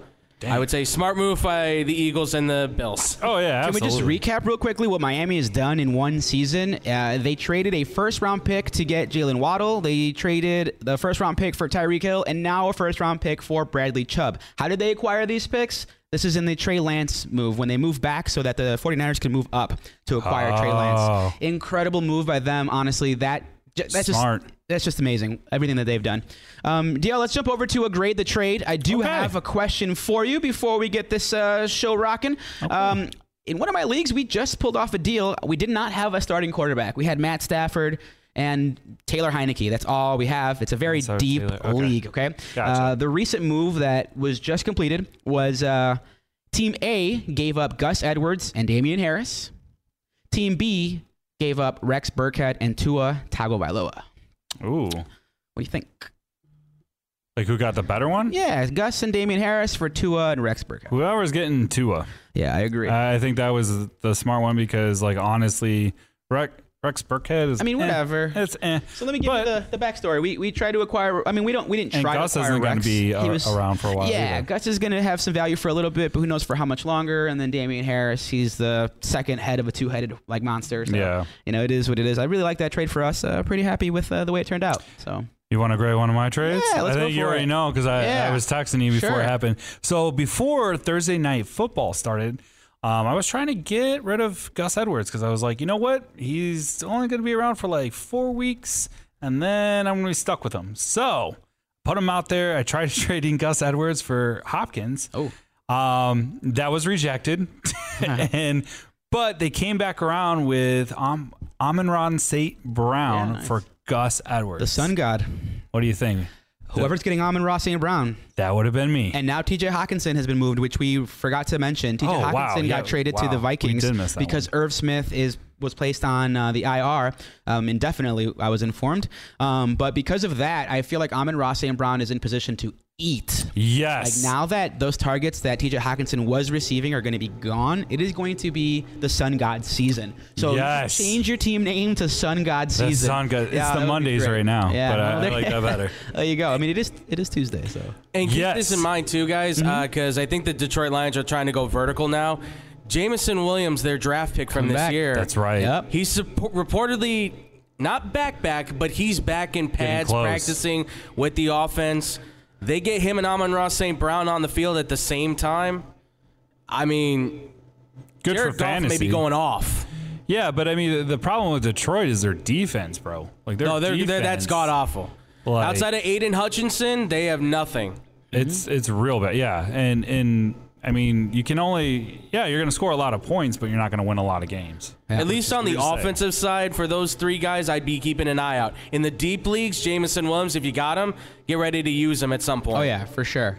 I would say smart move by the Eagles and the Bills. Oh yeah. Can we just absolutely. recap real quickly what Miami has done in one season? Uh, they traded a first round pick to get Jalen Waddle. They traded the first round pick for Tyreek Hill, and now a first round pick for Bradley Chubb. How did they acquire these picks? This is in the Trey Lance move when they move back so that the 49ers can move up to acquire Trey Lance. Oh. Incredible move by them, honestly. That j- that's Smart. just that's just amazing. Everything that they've done. Um, DL, let's jump over to a grade the trade. I do Okay. have a question for you before we get this uh, show rocking. Um, in one of my leagues, we just pulled off a deal. We did not have a starting quarterback. We had Matt Stafford and Taylor Heineke. That's all we have. It's a very That's our deep Taylor- okay. league. Okay. Gotcha. Uh, the recent move that was just completed was uh, Team A gave up Gus Edwards and Damian Harris. Team B gave up Rex Burkhead and Tua Tagovailoa. Ooh. What do you think? Like who got the better one? Yeah, Gus and Damian Harris for Tua and Rex Burkhead. Whoever's getting Tua. Yeah, I agree. I think that was the smart one because, like, honestly, Rex, Rex Burkhead is. I mean, eh. whatever. it's eh. so let me give but- you the, the backstory. We we tried to acquire. I mean, we don't we didn't And try Gus to acquire isn't going to Rex. be He a- was- around for a while. Yeah, either. Gus is going to have some value for a little bit, but who knows for how much longer? And then Damian Harris, he's the second head of a two-headed like monster. So, Yeah. you know, it is what it is. I really like that trade for us. Uh, pretty happy with uh, the way it turned out. So You want to grade one of my trades? Yeah, let's I go think you for already it. know because I, I Yeah. was texting you before Sure. it happened. So before Thursday night football started, um, I was trying to get rid of Gus Edwards because I was like, you know what? He's only going to be around for like four weeks, and then I'm going to be stuck with him. So put him out there. I tried trading Gus Edwards for Hopkins. Oh. um, that was rejected, Uh-huh. and but they came back around with um, Amon Ron St. Brown Yeah, nice. for Gus Edwards. the Sun God, What do you think? whoever's getting Amon Ross and Brown, That would have been me. and now T.J. Hawkinson has been moved, which we forgot to mention. T.J. Oh, wow. Hawkinson Yeah, got traded to wow. the We Vikings did miss that because Irv Smith is was placed on uh, the IR um, indefinitely. I was informed, um, but because of that, I feel like Amon Ross and Brown is in position to eat. yes. Like now that those targets that TJ Hawkinson was receiving are going to be gone, it is going to be the Sun God season. So you should Yes. change your team name to Sun God That season. sound good. It's Yeah, that would the be Mondays great. right now, Yeah, but no, I, I there- like that better. there you go. I mean, it is it is Tuesday, so And keep Yes. Mm-hmm. this in mind too, guys, because I think the Detroit Lions are trying to go vertical now. Jamison Williams, their draft pick from Come this back. year, That's right. Yep. He's suppo- reportedly not back back, but he's back in pads close. practicing with the offense. They get him and Amon Ross St. Brown on the field at the same time. I mean, Good Jared for Goff fantasy. may be going off. Yeah, but I mean, the, the problem with Detroit is their defense, bro. Like their No, they're, they're, that's defense, god awful. Like- Outside of Aiden Hutchinson, they have nothing. Mm-hmm. It's it's real bad. Yeah, and and I mean, you can only yeah, you're gonna score a lot of points, but you're not gonna win a lot of games. Yeah. At least on the Weird to say. offensive side, for those three guys, I'd be keeping an eye out. In the deep leagues, Jamison Williams, if you got him, get ready to use him at some point. oh yeah, for sure,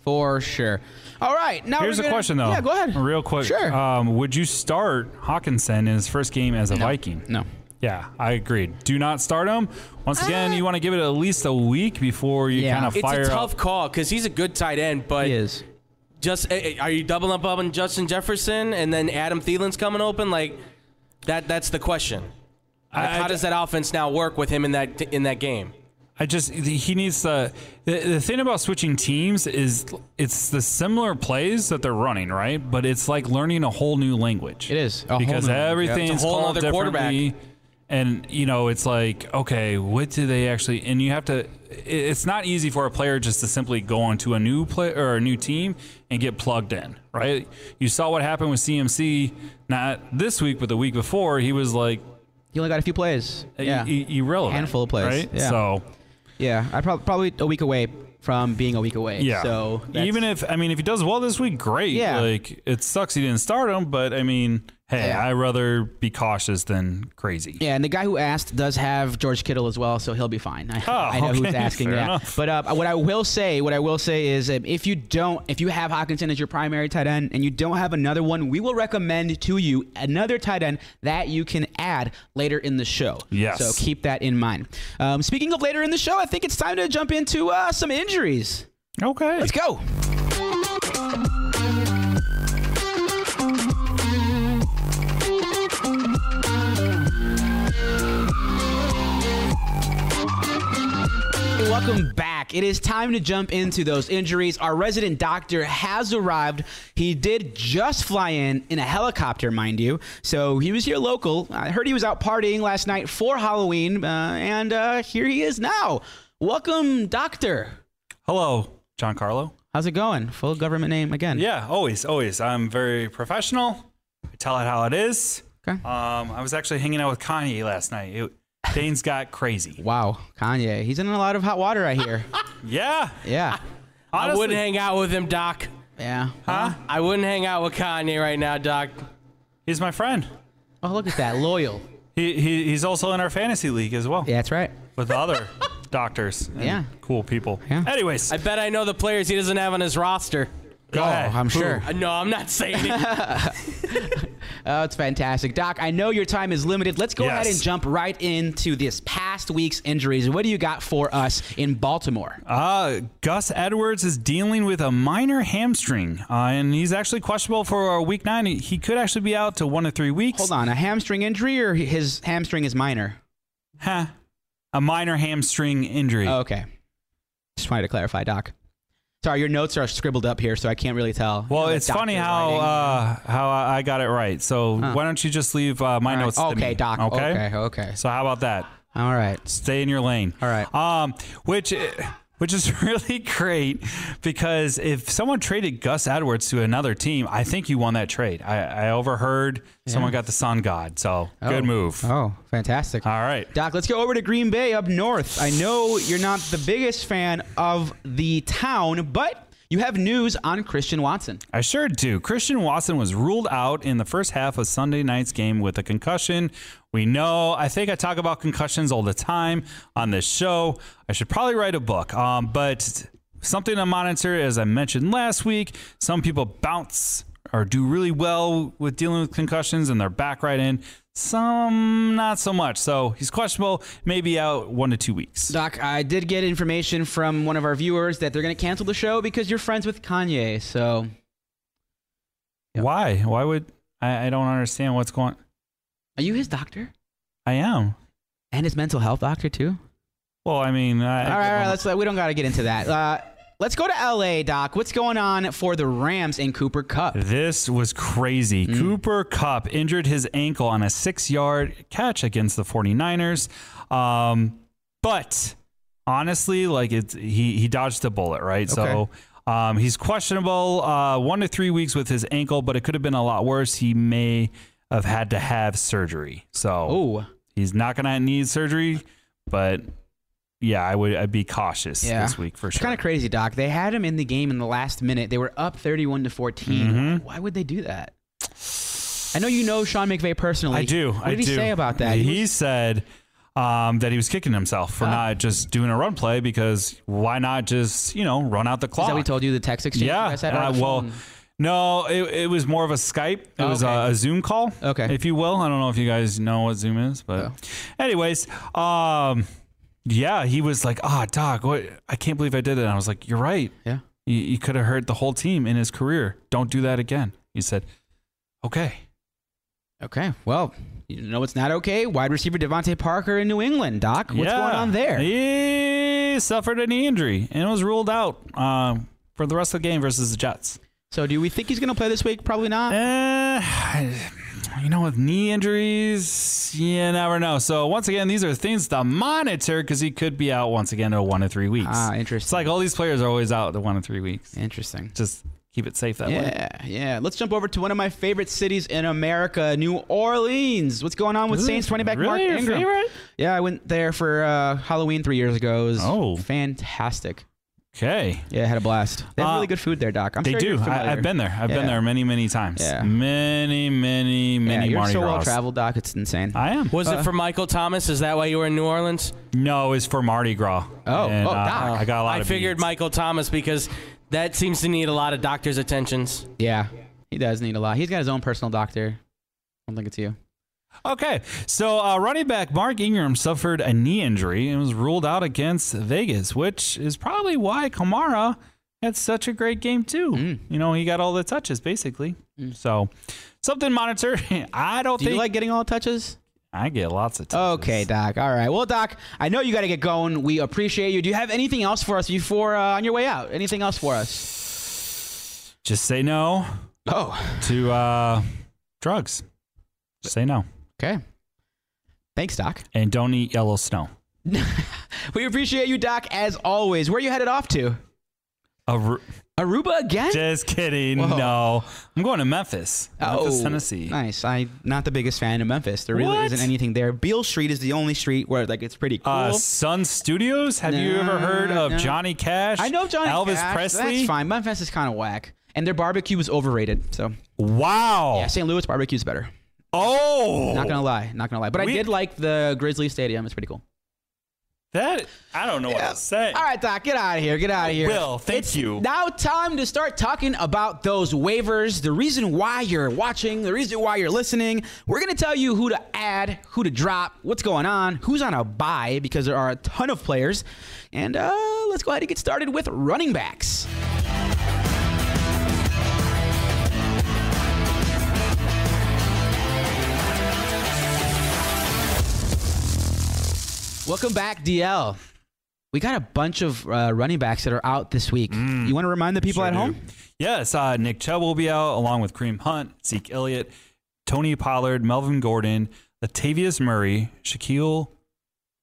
for sure. All right, now Here's we're a gonna- question though. Yeah, go ahead. Real quick. Uh, Sure. Um, would you start Hawkinson in his first game as a Viking? no. Yeah, I agreed. Do not start him. Once again, you want to give it at least a week before you Uh, Yeah. kind of It's a It's fire a tough up. call because he's a good tight end, but He is. just eh, eh, are you doubling up on Justin Jefferson and then Adam Thielen's coming open? Like that that's the question. Like, I- how does that offense now work with him in that in that game? I just he needs to. The, the thing about switching teams is it's the similar plays that they're running, right? But it's like learning a whole new language. It is, a whole because new- everything's It's a whole called other quarterback. differently, and you know it's like okay, what do they actually? And you have to. it- It's not easy for a player just to simply go onto a new play or a new team and get plugged in, right? You saw what happened with CMC, not this week, but the week before. He was like He only got a few plays. i- yeah. i- irrelevant, Handful of plays, right? yeah. So. yeah. I prob- probably a week away from being a week away. Yeah. So that's- even if I mean if he does well this week, great. Yeah. Like it sucks he didn't start him, but I mean, hey, Yeah. I'd rather be cautious than crazy. Yeah, and the guy who asked does have George Kittle as well, so he'll be fine. I, I know who's Oh, okay, asking fair that. enough. But uh, what I will say, what I will say is, um, if you don't, if you have Hawkinson as your primary tight end and you don't have another one, we will recommend to you another tight end that you can add later in the show. Yes. So keep that in mind. Um, speaking of later in the show, I think it's time to jump into uh, some injuries. Okay. Let's go. Hey, Welcome back. It is time to jump into those injuries. Our resident doctor has arrived. He did just fly in in a helicopter, mind you. So he was here local. I heard he was out partying last night for Halloween, uh, and uh, here he is now. Welcome, doctor. Hello, John Carlo. How's it going? Full government name again. Yeah, always, always. I'm very professional. I tell it how it is. Okay. Um, I was actually hanging out with Kanye last night. It, things got crazy. Wow, Kanye. He's in a lot of hot water, I hear. Yeah. yeah. I Honestly, wouldn't hang out with him, Doc. Yeah. I wouldn't hang out with Kanye right now, Doc. he's my friend. Oh, look at that. Loyal. He, he he's also in our fantasy league as well Yeah, that's right. with other doctors. and Yeah. Cool people. Yeah. Anyways, I bet I know the players he doesn't have on his roster. go ahead. Oh, I'm Who? sure. Uh, No, I'm not saying it. Oh, it's fantastic. Doc, I know your time is limited. Let's go ahead Yes. and jump right into this past week's injuries. What do you got for us in Baltimore? Uh, Gus Edwards is dealing with a minor hamstring, uh, and he's actually questionable for uh, week nine. He- He could actually be out to one to three weeks. Hold on, a hamstring injury or his hamstring is minor? Huh. A minor hamstring injury. Oh, okay. Just wanted to clarify, Doc. Sorry, your notes are scribbled up here, so I can't really tell. well, You know, it's doctor funny how writing. uh, how I I got it right. So Huh. why don't you just leave uh, my All right. notes? to Okay, me, Doc. Okay? Okay. Okay. So how about that? All right. Stay in your lane. All right. Um, which which is really great because if someone traded Gus Edwards to another team, I think you won that trade. I, I overheard someone got the Sun God. So good Oh. move. Oh, fantastic. All right. Doc, let's go over to Green Bay up north. I know you're not the biggest fan of the town, but you have news on Christian Watson. I sure do. Christian Watson was ruled out in the first half of Sunday night's game with a concussion. We know, I think I talk about concussions all the time on this show. I should probably write a book. Um, but something to monitor, as I mentioned last week, some people bounce or do really well with dealing with concussions and they're back right in. Some not so much. So he's questionable, maybe out one to two weeks. Doc, I did get information from one of our viewers that they're going to cancel the show because you're friends with Kanye. So Why? Why would I, I don't understand what's going are you his doctor I am. and his mental health doctor too? Well, I mean, I, All right, all right. Let's. We don't got to get into that. Uh, let's go to LA, Doc. What's going on for the Rams in Cooper Cup? This was crazy. Mm. Cooper Cup injured his ankle on a six yard catch against the 49ers. Um, but honestly, like it's he he dodged a bullet, right? So um, he's questionable uh, one to three weeks with his ankle, but it could have been a lot worse. He may have had to have surgery. So Oh, he's not gonna need surgery, but yeah, I would I'd be cautious Yeah. this week for it's sure. kind of crazy, Doc. They had him in the game in the last minute. They were up 31 to 14. Mm-hmm. Why would they do that? I know you know Sean McVay personally. I do. What I did do. he say about that? He, He was- Uh. said um, that he was kicking himself for not just doing a run play because why not just you know run out the is clock? that we told you the text exchange? you yeah. guys had on and I- the well, phone? No, it, it was more of a Skype. It was Oh, okay. a, a Zoom call, Okay. Oh. if you will. I don't know if you guys know what Zoom is, but anyways, um, yeah, he was like, "Ah, Doc, what? I can't believe I did it." And I was like, "You're right. Yeah. You, you could have hurt the whole team in his career. Don't do that again." He said, "Okay." Okay. Well, you know what's not okay? Wide receiver Devontae Parker in New England, Doc. What's Yeah. going on there? He suffered a knee injury and was ruled out um, for the rest of the game versus the Jets. So, do we think he's going to play this week? Probably not. Uh, you know, with knee injuries, you never know. So once again, these are things to monitor because he could be out once again to one to three weeks. Ah, It's interesting. like all these players are always out to one to three weeks. interesting. Just keep it safe that way. Yeah, yeah. Let's jump over to one of my favorite cities in America, New Orleans. What's going on with Ooh, Saints 20 back Mark really? Your Ingram? favorite? Yeah, I went there for uh, Halloween three years ago. It was Oh. fantastic. Okay. Yeah, I had a blast. They have Uh, really good food there, Doc. I'm They sure do. You're I, I've familiar. been there. I've Yeah. been there many, many times. Yeah. Many, many, Yeah, many you're Mardi so Gras. well traveled, Doc. It's insane. I am. Was it for Michael Thomas? Is that why you were in New Orleans? No, it's for Mardi Gras. Oh, And, oh, uh, Doc. I got a lot I of figured beads. Michael Thomas because that seems to need a lot of doctor's attentions. yeah, he does need a lot. He's got his own personal doctor. I don't think it's you. Okay, so uh, running back Mark Ingram suffered a knee injury and was ruled out against Vegas, which is probably why Kamara had such a great game too. Hmm. You know, he got all the touches basically. So something to monitor. I don't Do think you like getting all the touches? I get lots of touches. Okay, Doc. All right. Well, Doc, I know you got to get going. We appreciate you. Do you have anything else for us before uh, on your way out? Anything else for us? Just say no Oh, to uh, drugs. Just say no okay. Thanks, Doc. and don't eat yellow snow. We appreciate you, Doc, as always. Where are you headed off to? Aru- Aruba again? Just kidding. Whoa. No, I'm going to Memphis, Memphis, Tennessee. Oh, Nice. I'm not the biggest fan of Memphis. There really What? isn't anything there. Beale Street is the only street where like it's pretty cool. Uh, Sun Studios. Have you ever heard No, of no. Johnny Cash? I know Johnny Elvis Cash, Presley. That's fine. Memphis is kind of whack, and their barbecue was overrated. So Wow. yeah, St. Louis barbecue's better. Oh, Not gonna lie. Not gonna lie. But I We- did like the Grizzly Stadium. It's pretty cool. that I don't know what to say. All right, Doc, get out of here. Get out of here. Will, thank It's you. Now time to start talking about those waivers, the reason why you're watching, the reason why you're listening. We're going to tell you who to add, who to drop, what's going on, who's on a buy because there are a ton of players. And uh, let's go ahead and get started with running backs. Welcome back, DL. We got a bunch of uh, running backs that are out this week. Mm. you want to remind the people at home? Yes, uh, Nick Chubb will be out along with Kareem Hunt, Zeke Elliott, Tony Pollard, Melvin Gordon, Latavius Murray, Shaquille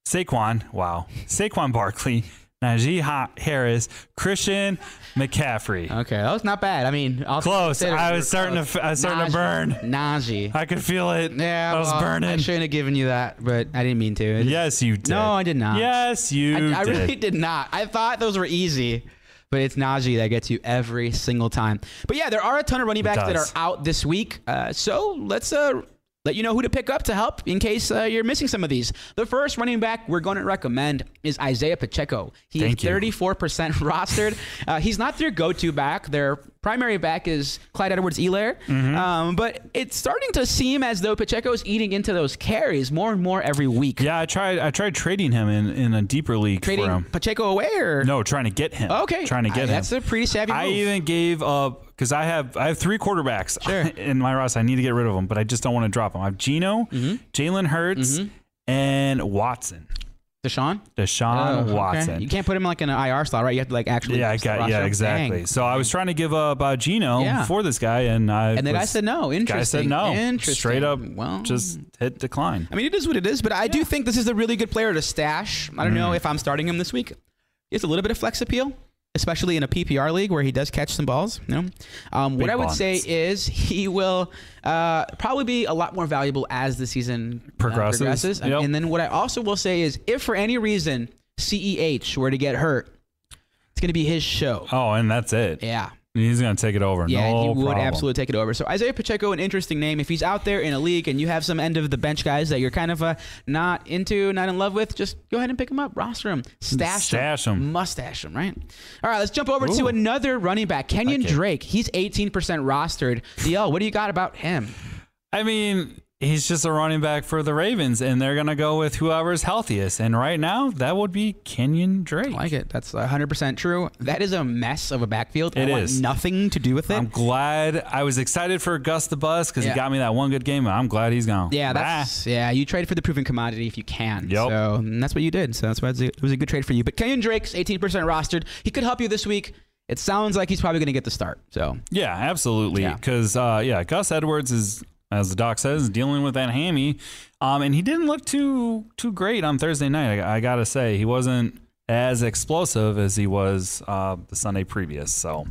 Saquon. Wow, Saquon Barkley, Najee Ha- Harris, Christian McCaffrey. Okay, that was not bad. I mean, I'll Close. consider I it was starting to close. f- I was starting to Najee- burn. Najee. I could feel it. Yeah, I was well, burning. I shouldn't have given you that, but I didn't mean to. It- Yes, you did. No, I did not. Yes, you I, I did. really did not. I thought those were easy, but it's Najee that gets you every single time. But yeah, there are a ton of running backs that are does. out this week. Uh, so let's uh, let you know who to pick up to help in case uh, you're missing some of these. The first running back we're going to recommend is Isaiah Pacheco. He Thank is you. 34% rostered. Uh, he's not their go to back. Their primary back is Clyde Edwards Elair. Mm-hmm. Um, but it's starting to seem as though Pacheco's eating into those carries more and more every week. yeah, I tried. I tried trading him in, in a deeper league for Trading him. Pacheco away or? No, trying to get him. Okay, trying to I- get him. That's a pretty savvy I move. even gave up because I have I have three quarterbacks Sure. in my roster. I need to get rid of them, but I just don't want to drop them. I have Gino, Mm-hmm. Jalen Hurts, and Watson, Deshaun. Mm-hmm. Oh, Deshaun okay. Uh, Watson. You can't put him like in an IR slot, right? You have to like actually. Yeah, I use the got, roster. yeah, Dang. exactly. So I was trying to give up uh, Gino Yeah. for this guy, and I And the guy was- said no. Interesting. Guy said no. Interesting. Straight up, Well, just hit decline. I mean, it is what it is. But I do think this is a really good player to stash. I don't know Mm. if I'm starting him this week. He has a little bit of flex appeal, especially in a PPR league where he does catch some balls. You know, um, what I would balls. say is he will uh, probably be a lot more valuable as the season uh, Progresses. progresses. Yep. And then what I also will say is, if for any E reason CEH were to get hurt, it's going to be his show. Oh, and that's it. Yeah. He's going to take it over. Yeah, no he would problem. absolutely take it over. So Isaiah Pacheco, an interesting name. If he's out there in a league and you have some end of the bench guys that you're kind of uh, not into, not in love with, just go ahead and pick him up, roster him, stash, Stash him, 'em. mustache him. Right. All right, let's jump over to another running back, Kenyon Drake. He's 18% rostered. DL, what do you got about him? I mean, he's just a running back for the Ravens, and they're going to go with whoever's healthiest. And right now, that would be Kenyon Drake. I like it. That's 100% true. That is a mess of a backfield. It I want is. nothing to do with it. I'm glad. I was excited for Gus the Bus because Yeah. he got me that one good game. and I'm glad he's gone. Yeah, Bye. that's yeah. You trade for the proven commodity if you can. Yup. So and that's what you did. So that's why it's a- it was a good trade for you. But Kenyon Drake's 18% rostered. He could help you this week. It sounds like he's probably going to get the start. So Yeah, absolutely. Yeah. Because yeah. Uh, yeah, Gus Edwards is, as the doc says, dealing with that hammy, um, and he didn't look too too great on Thursday night. I, I gotta say, he wasn't as explosive as he was uh, the Sunday previous. So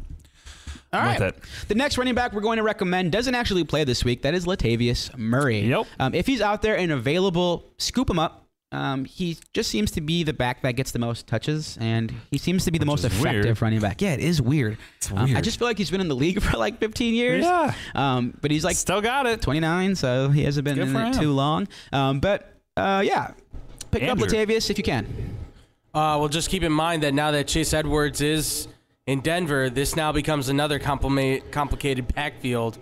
all with right. it. The next running back we're going to recommend doesn't actually play this week. That is Latavius Murray. Yup. Um, if he's out there and available, scoop him up. Um, he just seems to be the back that gets the most touches, and he seems to be the most is effective weird. running back. Yeah, it is weird. It's I weird. just feel like he's been in the league for like 15 years. Yeah. Um, but he's like still got it. 29, so he hasn't been Good in for it him. too long. Um, but uh, yeah, pick Andrew. up Latavius if you can. Uh, well, just keep in mind that now that Chase Edwards is in Denver, this now becomes another complima- complicated backfield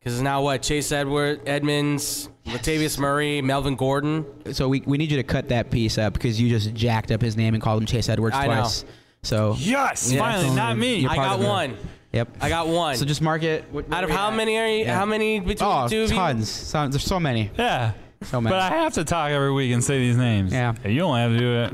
because now what? Chase Edward, Edmonds, Latavius Murray, Melvin Gordon. So we, we need you to cut that piece up because you just jacked up his name and called him Chase Edwards I know. twice. So Yes, finally, not me. You're I part got of it. one. yep, I got one. So just mark it. What- what out of we how got? many are you? Yeah. How many between Oh, the two of you? tons. So, there's so many. yeah. So many. But I have to talk every week and say these names. Yeah. Hey, You don't have to do it.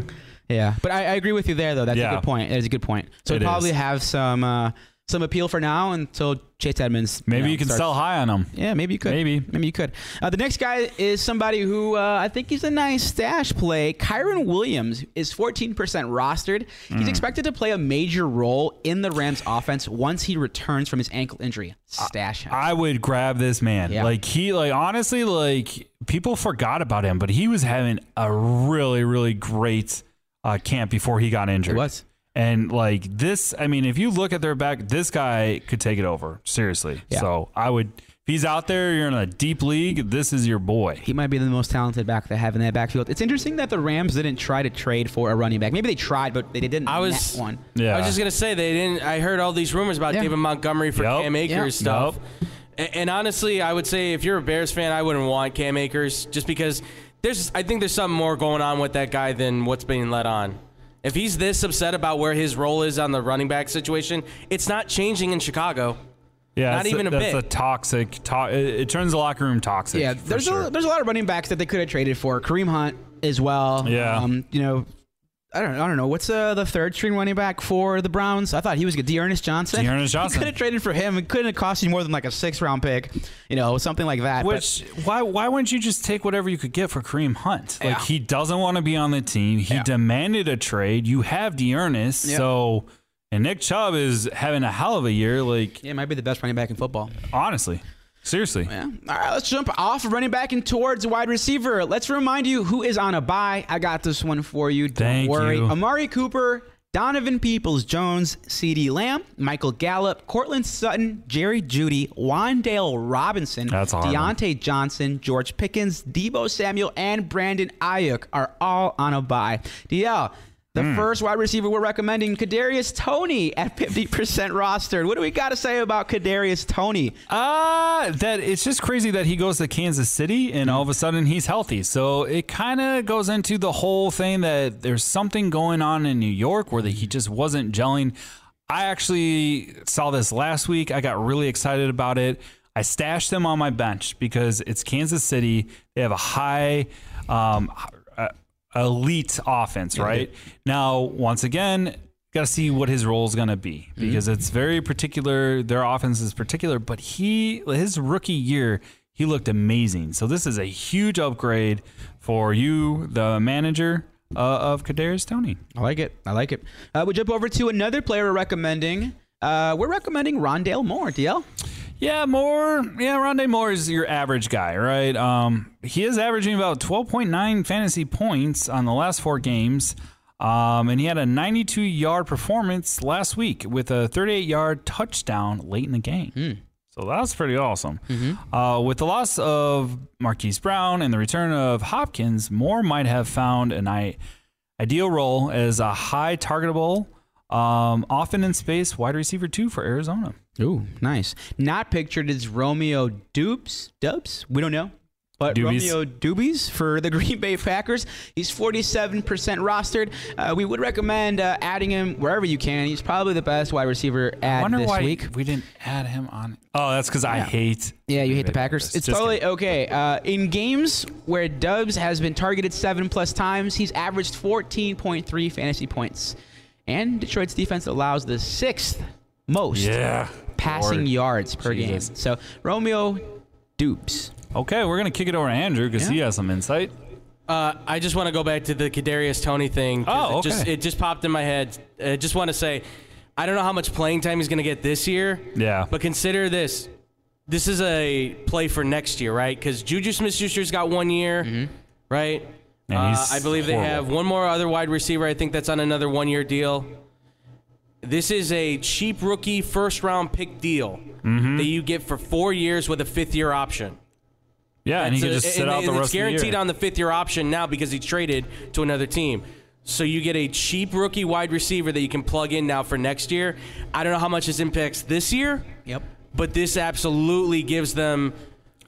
Yeah, but I, I agree with you there though. That's Yeah. a good point. That is a good point. So It we probably is. have some uh, some appeal for now until Chase Edmonds. Maybe know, you can starts- sell high on them. Yeah, maybe you could. Maybe. Maybe you could. Uh, the next guy is somebody who uh, I think he's a nice stash play. Kyron Williams is 14% rostered. Hmm. He's expected to play a major role in the Rams offense once he returns from his ankle injury. Uh, Stash him. I would grab this man. Yeah. Like he like honestly like people forgot about him, but he was having a really really great uh, camp before he got injured. It was. And like this, I mean, if you look at their back, this guy could take it over seriously. Yeah. So I would. If he's out there, you're in a deep league. This is your boy. he might be the most talented back they have in that backfield. It's interesting that the Rams didn't try to trade for a running back. Maybe they tried, but they didn't. I was net one. Yeah. I was just gonna say they didn't. I heard all these rumors about Yeah. David Montgomery for Yup. Cam Akers Yeah. stuff. A- And honestly, I would say if you're a Bears fan, I wouldn't want Cam Akers just because there's. I think there's something more going on with that guy than what's being let on. If he's this upset about where his role is on the running back situation, it's not changing in Chicago. Yeah, Not that's even a that's bit. a toxic. To- it, it turns the locker room toxic. Yeah, for there's sure. a, there's a lot of running backs that they could have traded for. Kareem Hunt as well. Yeah. Um, you know, I don't I don't know what's uh, the third string running back for the Browns. I thought he was good. Dearness Johnson. Dearness You Johnson. could have traded for him. It couldn't have cost you more than like a six round pick. You know, something like that. but- Which why why wouldn't you just take whatever you could get for Kareem Hunt? Like Yeah. he doesn't want to be on the team. He Yeah. demanded a trade. You have Dearness, Yeah. so and Nick Chubb is having a hell of a year. Like yeah, it might be the best running back in football. honestly, seriously, Yeah. All right, let's jump off of running back and towards wide receiver. Let's remind you who is on a bye. I got this one for you. Don't Thank worry. you. Amari Cooper, Donovan Peoples Jones, CD Lamb, Michael Gallup, Cortland Sutton, Jerry Judy, Wandale Robinson, That's a hard one. Deontay Johnson, George Pickens, Debo Samuel, and Brandon Ayuk are all on a bye. DL. The Hmm. first wide receiver we're recommending, Kadarius Tony at 50% rostered. What do we got to say about Kadarius Tony? uh, that it's just crazy that he goes to Kansas City and all of a sudden he's healthy. So it kind of goes into the whole thing that there's something going on in New York where that he just wasn't gelling. I actually saw this last week. I got really excited about it. I stashed them on my bench because it's Kansas City. They have a high, um, uh, elite offense, right? Now, once again, got to see what his role is going to be because it's very particular. Their offense is particular, but he, his rookie year, he looked amazing. So this is a huge upgrade for you, the manager uh, of Kadarius Tony. I like it. I like it. Uh, we jump over to another player we're recommending. Uh, we're recommending Rondale Moore, DL. Yeah, Moore. Yeah, Rondé Moore is your average guy, right? Um, he is averaging about 12.9 fantasy points on the last four games. Um, and he had a 92 yard performance last week with a 38 yard touchdown late in the game. So that's pretty awesome. Uh, with the loss of Marquise Brown and the return of Hopkins, Moore might have found an I- ideal role as a high targetable, um, often in space wide receiver two for Arizona. Ooh, nice. Not pictured is Romeo Dupes. Dubs? We don't know. But Doobies. Romeo Doobies for the Green Bay Packers. He's 47% rostered. Uh, we would recommend uh, adding him wherever you can. He's probably the best wide receiver I at wonder this why week. we didn't add him on. Oh, that's because I hate. Yeah, you Green hate the Bay Packers. It's Just totally kidding. okay. Uh, in games where Dubs has been targeted seven plus times, he's averaged 14.3 fantasy points. And Detroit's defense allows the sixth most Yeah. passing Lord. yards per Jesus. game. So Romeo Dupes. Okay, we're gonna kick it over to Andrew because he Yeah. has some insight. Uh, I just want to go back to the Kadarius Tony thing. 'cause Oh, it just, okay. it just popped in my head. I just want to say, I don't know how much playing time he's going to get this year. Yeah. But consider this: this is a play for next year, right? Because Juju Smith-Schuster's got one year, right? Mm-hmm. And Uh, he's I believe they horrible. have one more other wide receiver. I think that's on another one-year deal. This is a cheap rookie first-round pick deal Mm-hmm. that you get for four years with a fifth-year option. Yeah, and he So- could just sit and- out and the it's rest guaranteed of the year. on the fifth year option now because he traded to another team. So you get a cheap rookie wide receiver that you can plug in now for next year. I don't know how much this impacts this year, Yep. but this absolutely gives them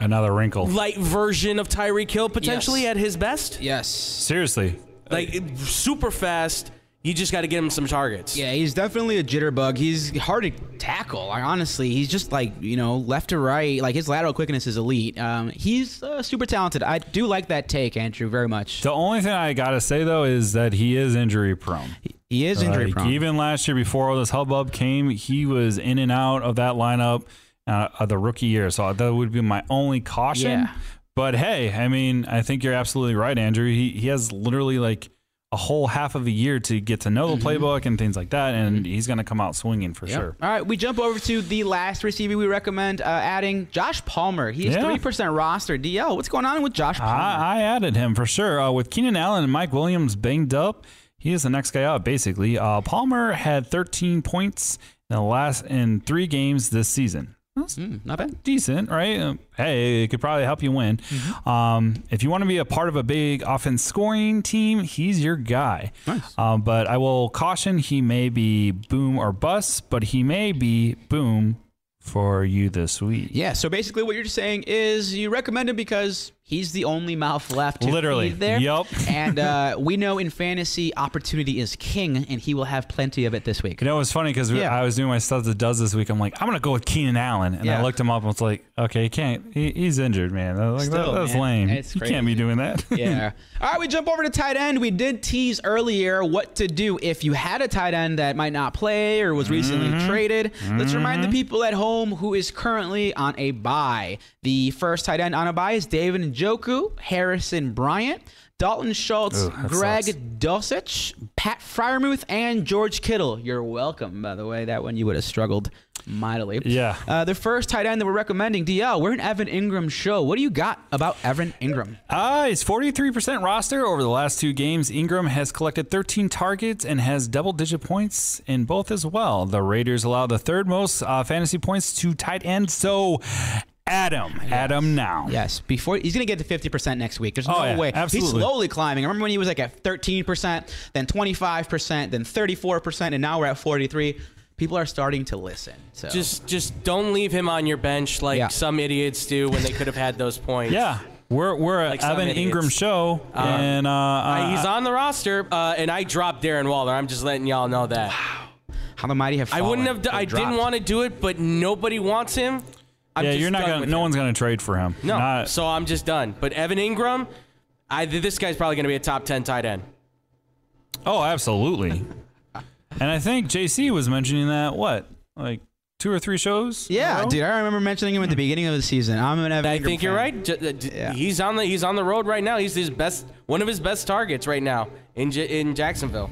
Another wrinkle. light version of Tyreek Hill potentially Yes. at his best. Yes. Seriously. Like it- super fast. You just got to get him some targets. Yeah, he's definitely a jitterbug. He's hard to tackle. Like, honestly, he's just like you know left to right. Like his lateral quickness is elite. Um, he's uh, super talented. I do like that take, Andrew, very much. The only thing I gotta say though is that he is injury prone. He is injury Like, prone. Even last year, before all this hubbub came, he was in and out of that lineup uh, of the rookie year. So that would be my only caution. Yeah. But hey, I mean, I think you're absolutely right, Andrew. He he has literally like a whole half of a year to get to know the Mm-hmm. playbook and things like that, and he's gonna come out swinging for Yep. sure. All right, we jump over to the last receiver we recommend uh, adding, Josh Palmer. He's Yeah. three percent roster. DL, what's going on with Josh Palmer? I, I added him for sure. Uh, with Keenan Allen and Mike Williams banged up, he is the next guy out basically. Uh, Palmer had 13 points in the last in three games this season. That's Not bad. decent, right? Um, Hey, it could probably help you win. Mm-hmm. Um, if you want to be a part of a big offense scoring team, he's your guy. Nice. Um, but I will caution he may be boom or bust, but he may be boom for you this week. Yeah. So basically, what you're saying is you recommend him because he's the only mouth left. To Literally. feed there. Yup. and uh, we know in fantasy, opportunity is king, and he will have plenty of it this week. You know, it was funny because Yeah. I was doing my stuff that does this week. I'm like, I'm gonna go with Keenan Allen, and I Yeah. looked him up and was like, okay, he can't. He, he's injured, man. I was like, Still, that, that's man. lame. It's you can't be crazy. doing that. yeah. All right, we jump over to tight end. We did tease earlier what to do if you had a tight end that might not play or was recently Mm-hmm. traded. Let's remind the people at home who is currently on a buy. The first tight end on a buy is David Njoku, Harrison Bryant, Dalton Schultz, Ugh, that Greg sucks. Dulcich, Pat Fryermuth, and George Kittle. You're welcome, by the way. That one you would have struggled mightily. Yeah. Uh, the first tight end that we're recommending, DL, we're an Evan Ingram show. What do you got about Evan Ingram? Ah, he's 43% roster over the last two games. Ingram has collected 13 targets and has double digit points in both as well. The Raiders allow the third most uh, fantasy points to tight end. So, Adam, Adam now. Yes, before he's gonna get to fifty percent next week. There's no Oh, yeah, way. He's absolutely. slowly climbing. I remember when he was like at thirteen percent, then twenty five percent, then thirty four percent, and now we're at forty three. People are starting to listen. So Just just don't leave him on your bench like Yeah. some idiots do when they could have had those points. Yeah. We're, we're an Like some Evan idiots. Ingram show. and uh, Uh, uh, he's on the roster, uh, and I dropped Darren Waller. I'm just letting y'all know that. how the mighty have. I fallen wouldn't have. d- or I didn't dropped. want to do it, but nobody wants him. I'm yeah, just you're not done gonna. with No him. one's gonna trade for him. No. Not- so I'm just done. But Evan Ingram, I th- this guy's probably going to be a top ten tight end. oh, absolutely. and I think JC was mentioning that what, like two or three shows. in a Yeah, row? dude, I remember mentioning him at the beginning of the season. I'm an Evan. I Ingram think you're fan. right. J- uh, d- Yeah. He's on the he's on the road right now. He's his best one of his best targets right now in J- in Jacksonville.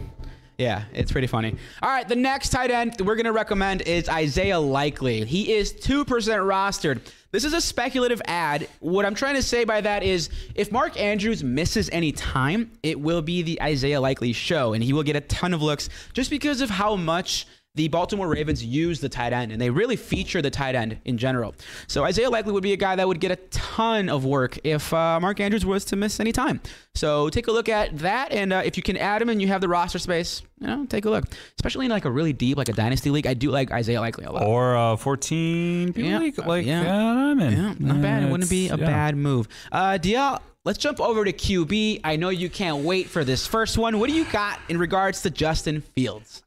Yeah, it's pretty funny. All right, the next tight end we're going to recommend is Isaiah Likely. He is 2% rostered. This is a speculative ad. What I'm trying to say by that is if Mark Andrews misses any time, it will be the Isaiah Likely show, and he will get a ton of looks just because of how much the Baltimore Ravens use the tight end, and they really feature the tight end in general. So Isaiah Likely would be a guy that would get a ton of work if uh, Mark Andrews was to miss any time. So take a look at that, and uh, if you can add him and you have the roster space, you know, take a look. Especially in like a really deep, like a dynasty league, I do like Isaiah Likely a lot. Or uh, 14 people Yeah, like, uh, like yeah. yeah. I'm in. Yeah, not bad. It wouldn't be a It's- yeah. bad move. Uh, DL, let's jump over to QB. I know you can't wait for this first one. What do you got in regards to Justin Fields?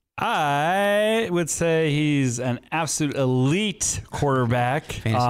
I would say he's an absolute elite quarterback, Fantasy-wise.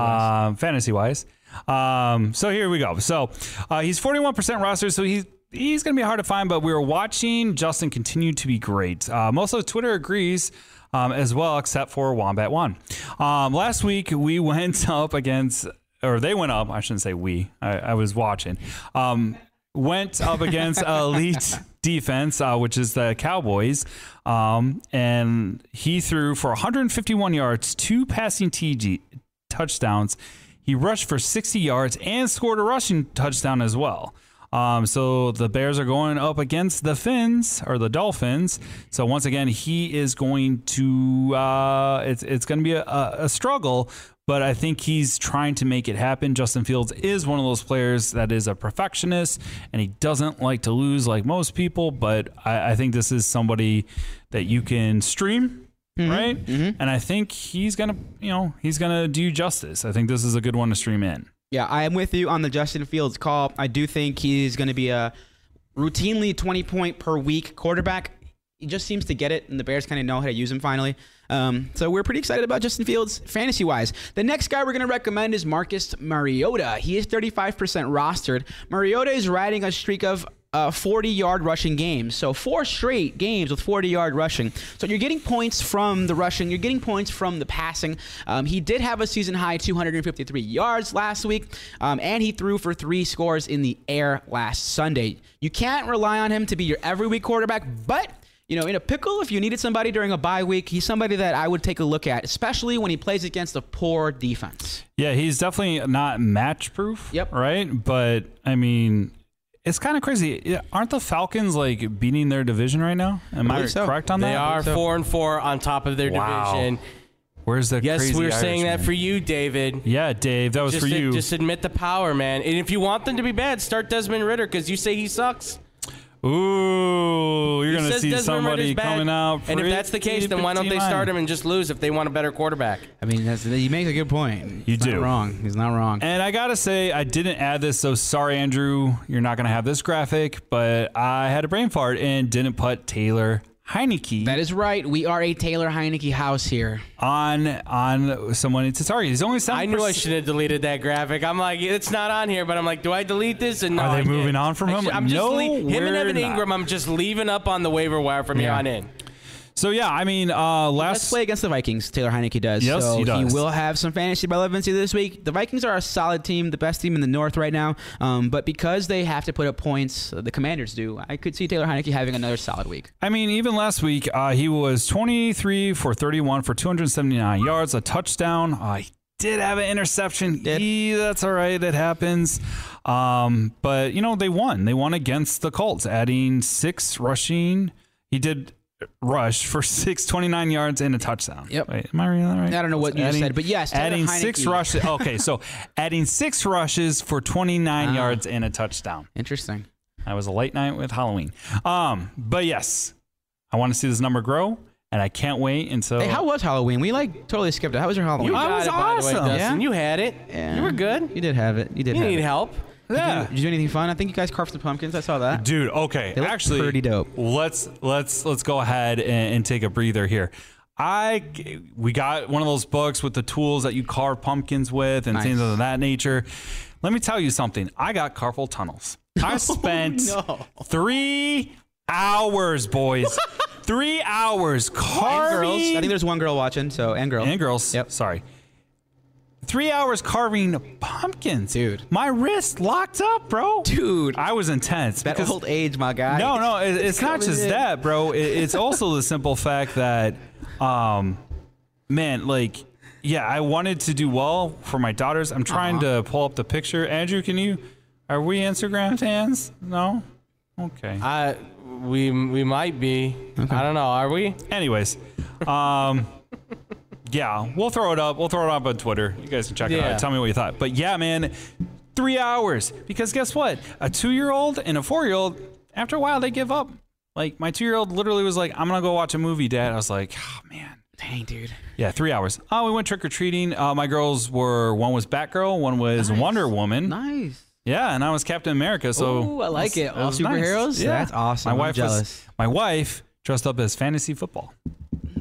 um, fantasy wise. Um, so here we go. So uh, he's 41% roster, so he's he's going to be hard to find. But we were watching Justin continue to be great. Uh, most of Twitter agrees. Um, as well, except for Wombat One. Um, last week, we went up against, or they went up. I shouldn't say we. I, I was watching. Um, went up against elite defense, uh, which is the Cowboys, um, and he threw for 151 yards, two passing TG touchdowns. He rushed for 60 yards and scored a rushing touchdown as well. Um, so the Bears are going up against the Finns or the Dolphins. So once again, he is going to uh, it's it's going to be a, a a struggle, but I think he's trying to make it happen. Justin Fields is one of those players that is a perfectionist and he doesn't like to lose like most people. But I, I think this is somebody that you can stream. Mm-hmm. Right, and I think he's gonna, you know, he's gonna do justice. I think this is a good one to stream in. Yeah, I am with you on the Justin Fields call. I do think he's going to be a routinely 20 point per week quarterback. He just seems to get it, and the Bears kind of know how to use him finally. Um, so we're pretty excited about Justin Fields fantasy wise. The next guy we're going to recommend is Marcus Mariota. He is 35% rostered. Mariota is riding a streak of uh, 40 yard rushing games. So four straight games with 40 yard rushing. So you're getting points from the rushing. You're getting points from the passing. Um, he did have a season high 253 yards last week, um, and he threw for three scores in the air last Sunday. You can't rely on him to be your every week quarterback, but you know, in a pickle, if you needed somebody during a bye week, he's somebody that I would take a look at, especially when he plays against a poor defense. Yeah, he's definitely not match proof. Yep. Right. But I mean, it's kind of crazy. Yeah, Aren't the Falcons like beating their division right now? Am I, believe so. correct on that? They are four and four on top of their Wow. division. Where's the Yes, crazy we we're saying that Irishman? for you, David. Yeah, Dave, that was Just, for a- you. just admit the power, man. And if you want them to be bad, start Desmond Ritter because you say he sucks. Ooh, you're He gonna says see Desmond somebody Ritter's bad. coming out. And if that's the case, then why don't they start him and just lose if they want a better quarterback? I mean, that's, he makes a good point. You He's not do. wrong. He's not wrong. And I gotta say, I didn't add this, so sorry, Andrew. You're not gonna have this graphic, but I had a brain fart and didn't put Taylor Heineke. that is right. We are a Taylor Heineke house here. on on someone it's target. He's only seven. I knew I should have deleted that graphic. I'm like, it's not on here, but I'm like, do I delete this? And no, Are they I did. moving on from I him? should- I'm just No, lea- him and we're Evan not. Ingram. I'm just leaving up on the waiver wire from here Yeah. on in. So yeah, I mean, uh, Let's last play against the Vikings. Taylor Heineke does. Yes, so he does. will have some fantasy relevancy this week. The Vikings are a solid team, the best team in the North right now. Um, but because they have to put up points, uh, the Commanders do. I could see Taylor Heineke having another solid week. I mean, even last week, uh, he was 23 for 31 for 279 yards, a touchdown. Uh, he did have an interception. Did. He- that's all right. It happens. Um, but, you know, they won. They won against the Colts, adding six rushing. He did rush for 629 yards and a touchdown. Yep. Wait, am I reading that right? I don't know what you just said, but yes, Taylor Adding six Heineke. rushes. Okay, so adding six rushes for 29 Ah. yards and a touchdown. Interesting. I was a late night with Halloween. Um, but yes, I want to see this number grow, and I can't wait until. Hey, how was Halloween? We like totally skipped it. How was your Halloween? You I got was it, by the way, awesome. Dustin. You had it. You were good. You did have it. You did You have need it. help. yeah. Did you do anything fun? I think you guys carved some pumpkins. I saw that. dude. Okay, They look actually, pretty dope. Let's let's let's go ahead and, and take a breather here. I we got one of those books with the tools that you carve pumpkins with and things Nice. of that nature. Let me tell you something. I got carpal tunnels. Oh, I spent three hours, boys. three hours And girls. I carving think there's one girl watching. So and girl. and girls. Yep. Sorry. Three hours carving pumpkins, Dude. My wrist locked up, bro. Dude. I was intense. That because- old age, my guy. no, no, it, it's, not coming just in. that, bro. It, it's also the simple fact that, um, man, like yeah, I wanted to do well for my daughters. I'm trying Uh-huh. to pull up the picture. Andrew, can you? Are we Instagram fans? No. Okay. I we we might be. I don't know. Are we? Anyways, um, yeah, we'll throw it up. We'll throw it up on Twitter. You guys can check it Yeah. out. Tell me what you thought. But yeah, man, three hours. Because guess what? A two-year-old and a four-year-old, after a while, they give up. Like my two-year-old literally was like, "I'm gonna go watch a movie, Dad." I was like, "Oh man." Dang, dude. Yeah, three hours. Oh, we went trick or treating. Uh, my girls were one was Batgirl, one was Wonder Woman. Nice. Yeah, and I was Captain America. So Ooh, I like it. All was nice. superheroes? That's awesome. I'm was- jealous. my wife dressed up as fantasy football.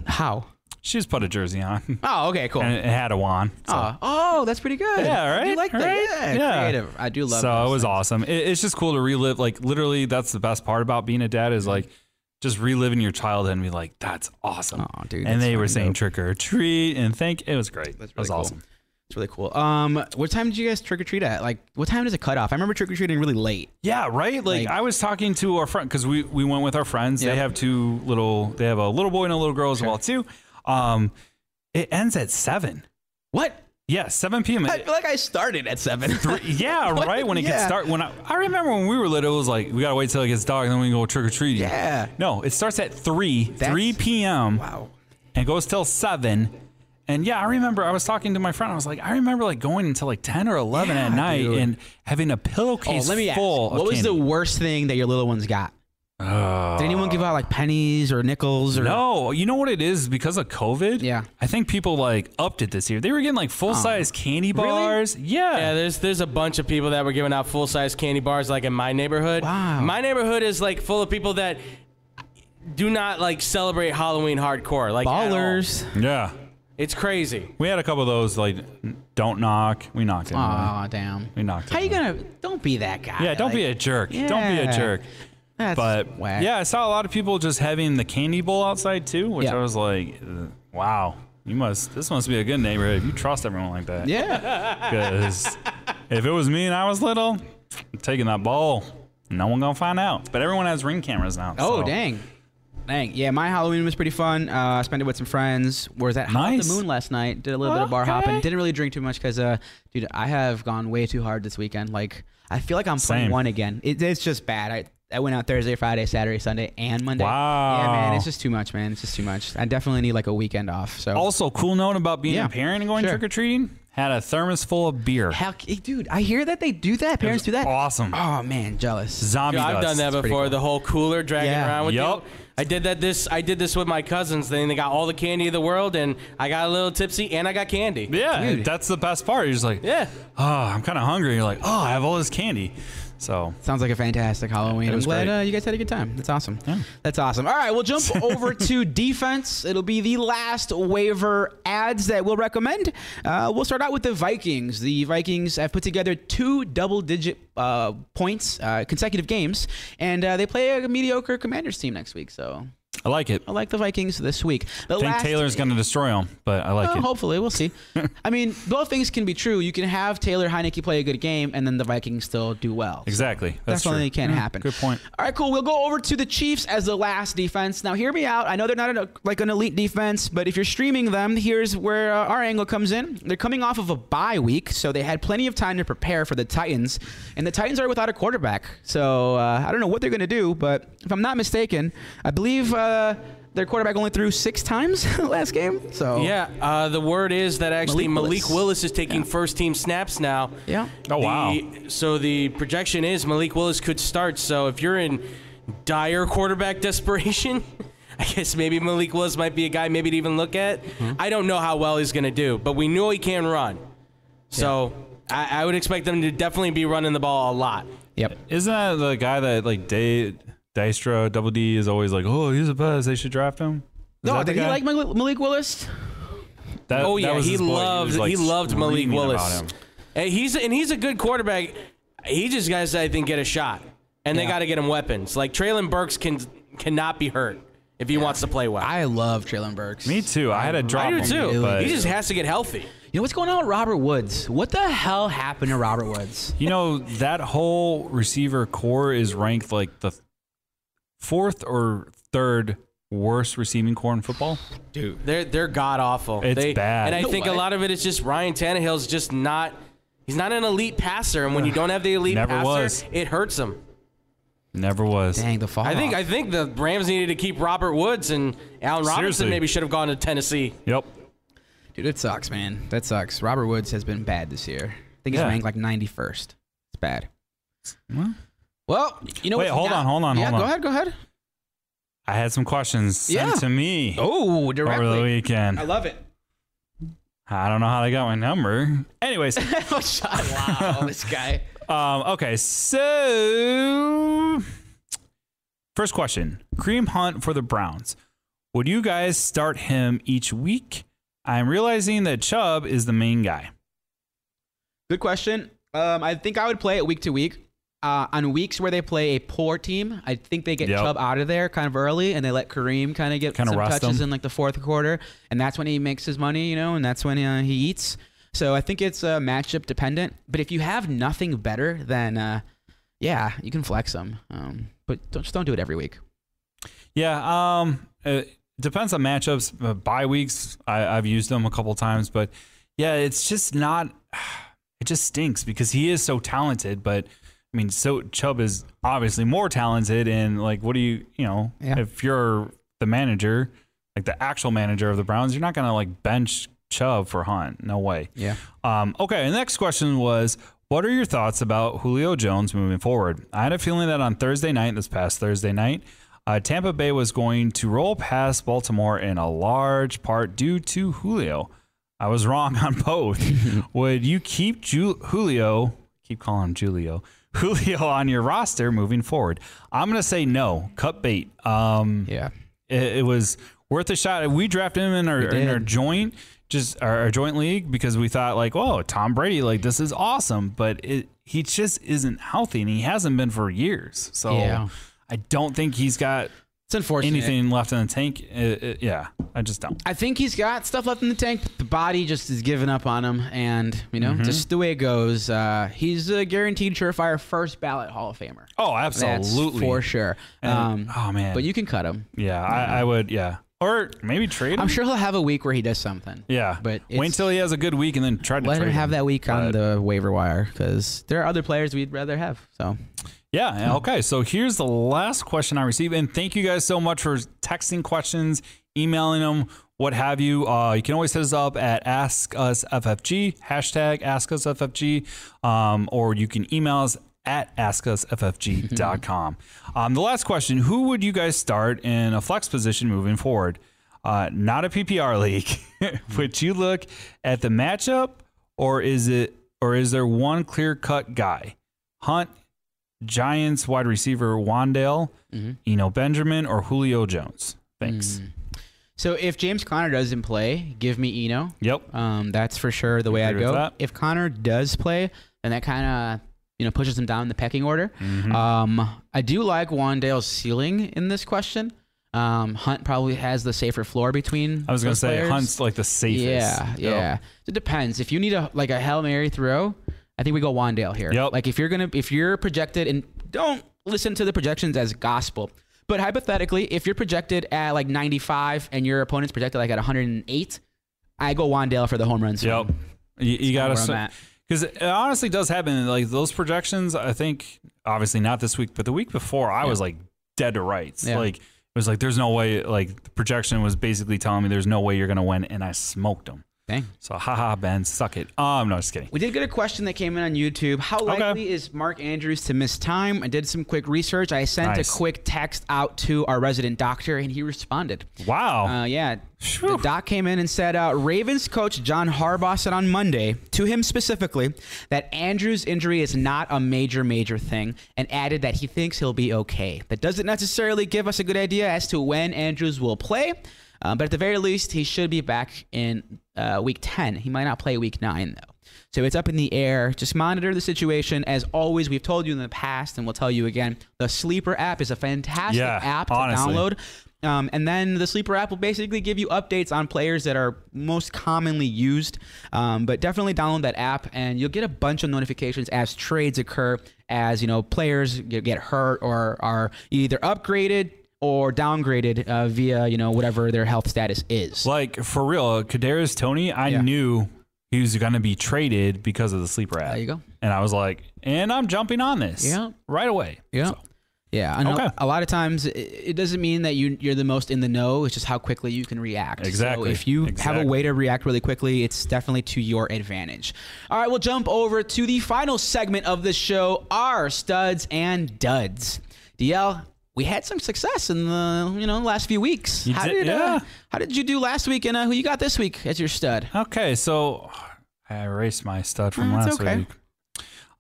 How? She just put a jersey on Oh, okay, cool. and it had a wand. So, Aw. oh, that's pretty good. Yeah, right? I do like that. Right? Yeah, Yeah. creative. I do love. so those it was things. awesome. It, it's just cool to relive. Like literally, that's the best part about being a dad is like just reliving your childhood and be like, "That's awesome." Aw, dude, and that's they were fucking saying dope. trick or treat and thank. It was great. That's it really was cool. awesome. It's really cool. Um, what time did you guys trick or treat at? Like, what time does it cut off? I remember trick or treating really late. Yeah, right. Like, Like- I was talking to our friend because we we went with our friends. Yeah. They have two little. They have a little boy and a little girl as well too. Um, it ends at seven. What? Yeah, seven p.m. I feel like I started at seven. yeah, right. When it gets Yeah. dark. When I, I remember when we were little, it was like we gotta wait till it gets dark and then we can go trick or treating. Yeah. No, it starts at three That's- three p.m. wow. and goes till seven. And yeah, I remember I was talking to my friend. I was like, I remember like going until like ten or eleven at Yeah, night dude. and having a Oh, pillowcase let me ask. full. What of was candy. Oh. the worst thing that your little ones got? Did anyone give out like pennies or nickels or? No, you know what it is because of COVID. Yeah. Oh. I think people like upped it this year. They were getting like full size candy bars. Yeah, Yeah, there's there's a bunch of people that were giving out full size candy bars like in my neighborhood. Wow. My neighborhood is like full of people that do not like celebrate Halloween hardcore. Like at all. Ballers. yeah. It's crazy. We had a couple of those like don't knock. We knocked it. Aw, damn. We knocked it How you down. gonna? Don't be that guy. yeah, don't be a Like, jerk. Don't be a Yeah. jerk. That's But whack. yeah, I saw a lot of people just having the candy bowl outside too, which Yeah. I was like, uh, wow, you must. This must be a good neighborhood. if You trust everyone like that. Yeah. Because if it was me and I was little, I'm taking that bowl. No one gonna find out. But everyone has ring cameras now. Oh, so- dang. Dang. Yeah, my Halloween was pretty fun. Uh, I spent it with some friends. Was at High Nice. the Moon last night. Did a little bit of bar hopping. Okay. Didn't really drink too much because, uh, dude, I have gone way too hard this weekend. Like, I feel like I'm Same. playing one again. It, it's just bad. I, I went out Thursday, Friday, Saturday, Sunday, and Monday. Yeah, man. Wow. It's just too much, man. It's just too much. I definitely need like a weekend off. So. Also, cool note about being Yeah, a parent and going sure. trick or treating. Had a thermos full of beer. Heck, eh, dude, I hear that they do that. Parents do that. Awesome. Oh man, jealous. Zombie I've dust. done that pretty before. cool. The whole cooler dragging Yeah. around with Yup. you. I did that this I did this with my cousins. Then they got all the candy of the world and I got a little tipsy and I got candy. Yeah, Dude. that's the best part. You're just like, Yeah. oh, I'm kind of hungry. You're like, oh, I have all this candy. So Sounds like a fantastic Halloween. It I'm was glad great. uh, you guys had a good time. That's awesome. That's awesome. All right, we'll jump over to defense. It'll be the last waiver ads that we'll recommend. Uh, we'll start out with the Vikings. The Vikings have put together two double digit uh, points, uh, consecutive games, and uh, they play a mediocre Commanders team next week. So I like it. I like the Vikings this week. The I think last- Taylor's going to destroy them, but I like Well, it. hopefully, we'll see. I mean, both things can be true. You can have Taylor Heineke play a good game, and then the Vikings still do well. Exactly. That's Definitely true. can Yeah, happen. Good point. All right, cool. We'll go over to the Chiefs as the last defense. Now, hear me out. I know they're not an, like an elite defense, but if you're streaming them, here's where uh, our angle comes in. They're coming off of a bye week, so they had plenty of time to prepare for the Titans, and the Titans are without a quarterback. So uh, I don't know what they're going to do, but if I'm not mistaken, I believe uh, their quarterback only threw six times last game. So Yeah, uh, the word is that actually Malik Malik Willis. Willis, is taking first team snaps now. Yeah. Oh, wow. The- so the projection is Malik Willis could start. So if you're in dire quarterback desperation, I guess maybe Malik Willis might be a guy maybe to even look at. Mm-hmm. I don't know how well he's going to do, but we know he can run. So I, I would expect them to definitely be running the ball a lot. Yep. Isn't that the guy that like Day Dystro Double D is always like, oh, he's the best. They should draft him. Is No, that the did he guy? like Malik Malik Willis? That- Oh that yeah, was he his boy. loved was, he, like, loved Malik screaming about Willis. him. And he's and he's a good quarterback. He just guys I think get a shot, and they Yeah. got to get him weapons. Like Traylon Burks can cannot be hurt if he wants to play well. I, I love Traylon Burks. Me too. I had to drop do him, too. but- he just has to get healthy. You know what's going on with Robert Woods? What the hell happened to Robert Woods? You know, that whole receiver core is ranked like the fourth or third worst receiving core in football? Dude. They're they're god awful. It's they, bad. And I No think way. a lot of it is just Ryan Tannehill's just not. He's not an elite passer, and when you don't have the elite Never passer, was. Ah. it hurts him. Never was. Dang, the fall. I think off. I think the Rams needed to keep Robert Woods and Allen Robinson Seriously. maybe should have gone to Tennessee. Yep. Dude, it sucks, man. That sucks. Robert Woods has been bad this year. I think he's Yeah. ranked like 91st. It's bad. Well. Well, you know Wait, what? hold on, hold on, yeah, hold on. go ahead, go ahead. I had some questions sent Yeah. to me Oh, over the directly. weekend. I love it. I don't know how they got my number. Anyways, wow, this guy. um, okay, so first question: Cream Hunt for the Browns. Would you guys start him each week? I'm realizing that Chubb is the main guy. Good question. Um, I think I would play it week to week. Uh, on weeks where they play a poor team, I think they get Yep. Chubb out of there kind of early, and they let Kareem kind of get Kinda some rust touches him. in like the fourth quarter, and that's when he makes his money, you know, and that's when uh, he eats. So I think it's uh, matchup dependent. But if you have nothing better, then uh, yeah, you can flex them. Um, but don't, just don't do it every week. Yeah, um, it depends on matchups. Uh, bye weeks, I, I've used them a couple times, but yeah, it's just not. It just stinks because he is so talented, but I mean, so Chubb is obviously more talented. And like, what do you, you know, Yeah. if you're the manager, like the actual manager of the Browns, you're not gonna like bench Chubb for Hunt. No way. Yeah. Um, okay, and the next question was What are your thoughts about Julio Jones moving forward? I had a feeling that on Thursday night, this past Thursday night, uh, Tampa Bay was going to roll past Baltimore in a large part due to Julio. I was wrong on both. Would you keep Ju- Julio? Keep calling him Julio. Julio on your roster moving forward. I'm gonna say no. Cut bait. Um, Yeah. it, it was worth a shot. We drafted him in our in did. our joint just our, our joint league because we thought like, oh, Tom Brady, like this is awesome, but it he just isn't healthy and he hasn't been for years. So Yeah. I don't think he's got It's unfortunate. anything left in the tank. Uh, uh, yeah, I just don't. I think he's got stuff left in the tank. But the body just is giving up on him, and you know, Mm-hmm. just the way it goes. Uh, he's a guaranteed surefire first ballot Hall of Famer. Oh, That's absolutely. for sure. And- Um, oh man. but you can cut him. yeah, I, I would. Yeah, or maybe trade him. Mm-hmm. I'm sure he'll have a week where he does something. Yeah, but wait it's- until he has a good week and then try to Let trade him have that week on But- the waiver wire because there are other players we'd rather have. So Yeah. and- Okay. So here's the last question I received, and thank you guys so much for texting questions, emailing them, what have you. Uh, you can always hit us up at Ask Us FFG hashtag Ask Us FFG, um, or you can email us at askusffg.com. um, the last question: Who would you guys start in a flex position moving forward? Uh, not a PPR league. would you look at the matchup, or is it, or is there one clear cut guy? Hunt, Giants wide receiver Wandale, Mm-hmm. Eno Benjamin, or Julio Jones? Thanks. Mm. so if James Conner doesn't play, give me Eno. Yep. Um, that's for sure the way I'd Agree with go. that. If Connor does play, then that kind of you know pushes him down in the pecking order. Mm-hmm. Um, I do like Wandale's ceiling in this question. Um, Hunt probably has the safer floor between. I was gonna those say players. Hunt's like the safest. Yeah, Yep. yeah. It depends. If you need a like a hail mary throw, I think we go Wandale here. Yep. Like if you're gonna if you're projected and don't listen to the projections as gospel. But hypothetically, if you're projected at like 95 and your opponent's projected like at 108, I go Wandale for the home runs. Yep. You, you kinda gotta where I'm at. because it honestly does happen. Like those projections, I think obviously not this week, but the week before, I was like dead to rights. Yeah. Like it was like there's no way. Like the projection was basically telling me there's no way you're gonna win, and I smoked them. Dang. So haha, Ben, suck it. Oh, I'm not just kidding. We did get a question that came in on YouTube. How likely is Mark Andrews to miss time? I did some quick research. I sent Nice. a quick text out to our resident doctor, and he responded. Wow. Uh, yeah. The doc came in and said uh, Ravens coach John Harbaugh said on Monday, to him specifically, that Andrews' injury is not a major, major thing, and added that he thinks he'll be okay. That doesn't necessarily give us a good idea as to when Andrews will play, uh, but at the very least, he should be back in uh, week 10. He might not play week 9, though. So it's up in the air. Just monitor the situation. As always, we've told you in the past, and we'll tell you again the Sleeper app is a fantastic Yeah, app to honestly. download. Um, and then the sleeper app will basically give you updates on players that are most commonly used. Um, but definitely download that app, and you'll get a bunch of notifications as trades occur, as you know players get, get hurt or are either upgraded or downgraded uh, via you know whatever their health status is. Like for real, Kadarius Tony, I Yeah. knew he was going to be traded because of the sleeper app. There you go. And I was like, and I'm jumping on this. Yeah. Right away. Yeah. So, Yeah, I know. Okay. A lot of times, it, it doesn't mean that you you're the most in the know. It's just how quickly you can react. So Exactly. if you have a Exactly. way to react really quickly, it's definitely to your advantage. All right, we'll jump over to the final segment of the show: our studs and duds. DL, we had some success in the you know last few weeks. You how did- did uh, yeah. how did you do last week, and uh, who you got this week as your stud? okay. So I erased my stud from Mm, it's last okay. week.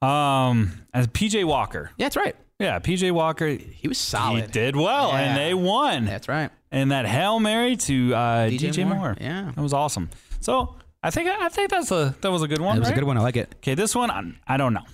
Um, as PJ Walker. Yeah, that's right. Yeah. PJ Walker, he He was solid. did well and Yeah. they won. That's right. and that Hail Mary to uh, DJ, DJ Moore. Moore. Yeah. That was awesome. So I think I think that's a that was a good one. That was a right? good one. I like it. Okay, this one I, I don't know.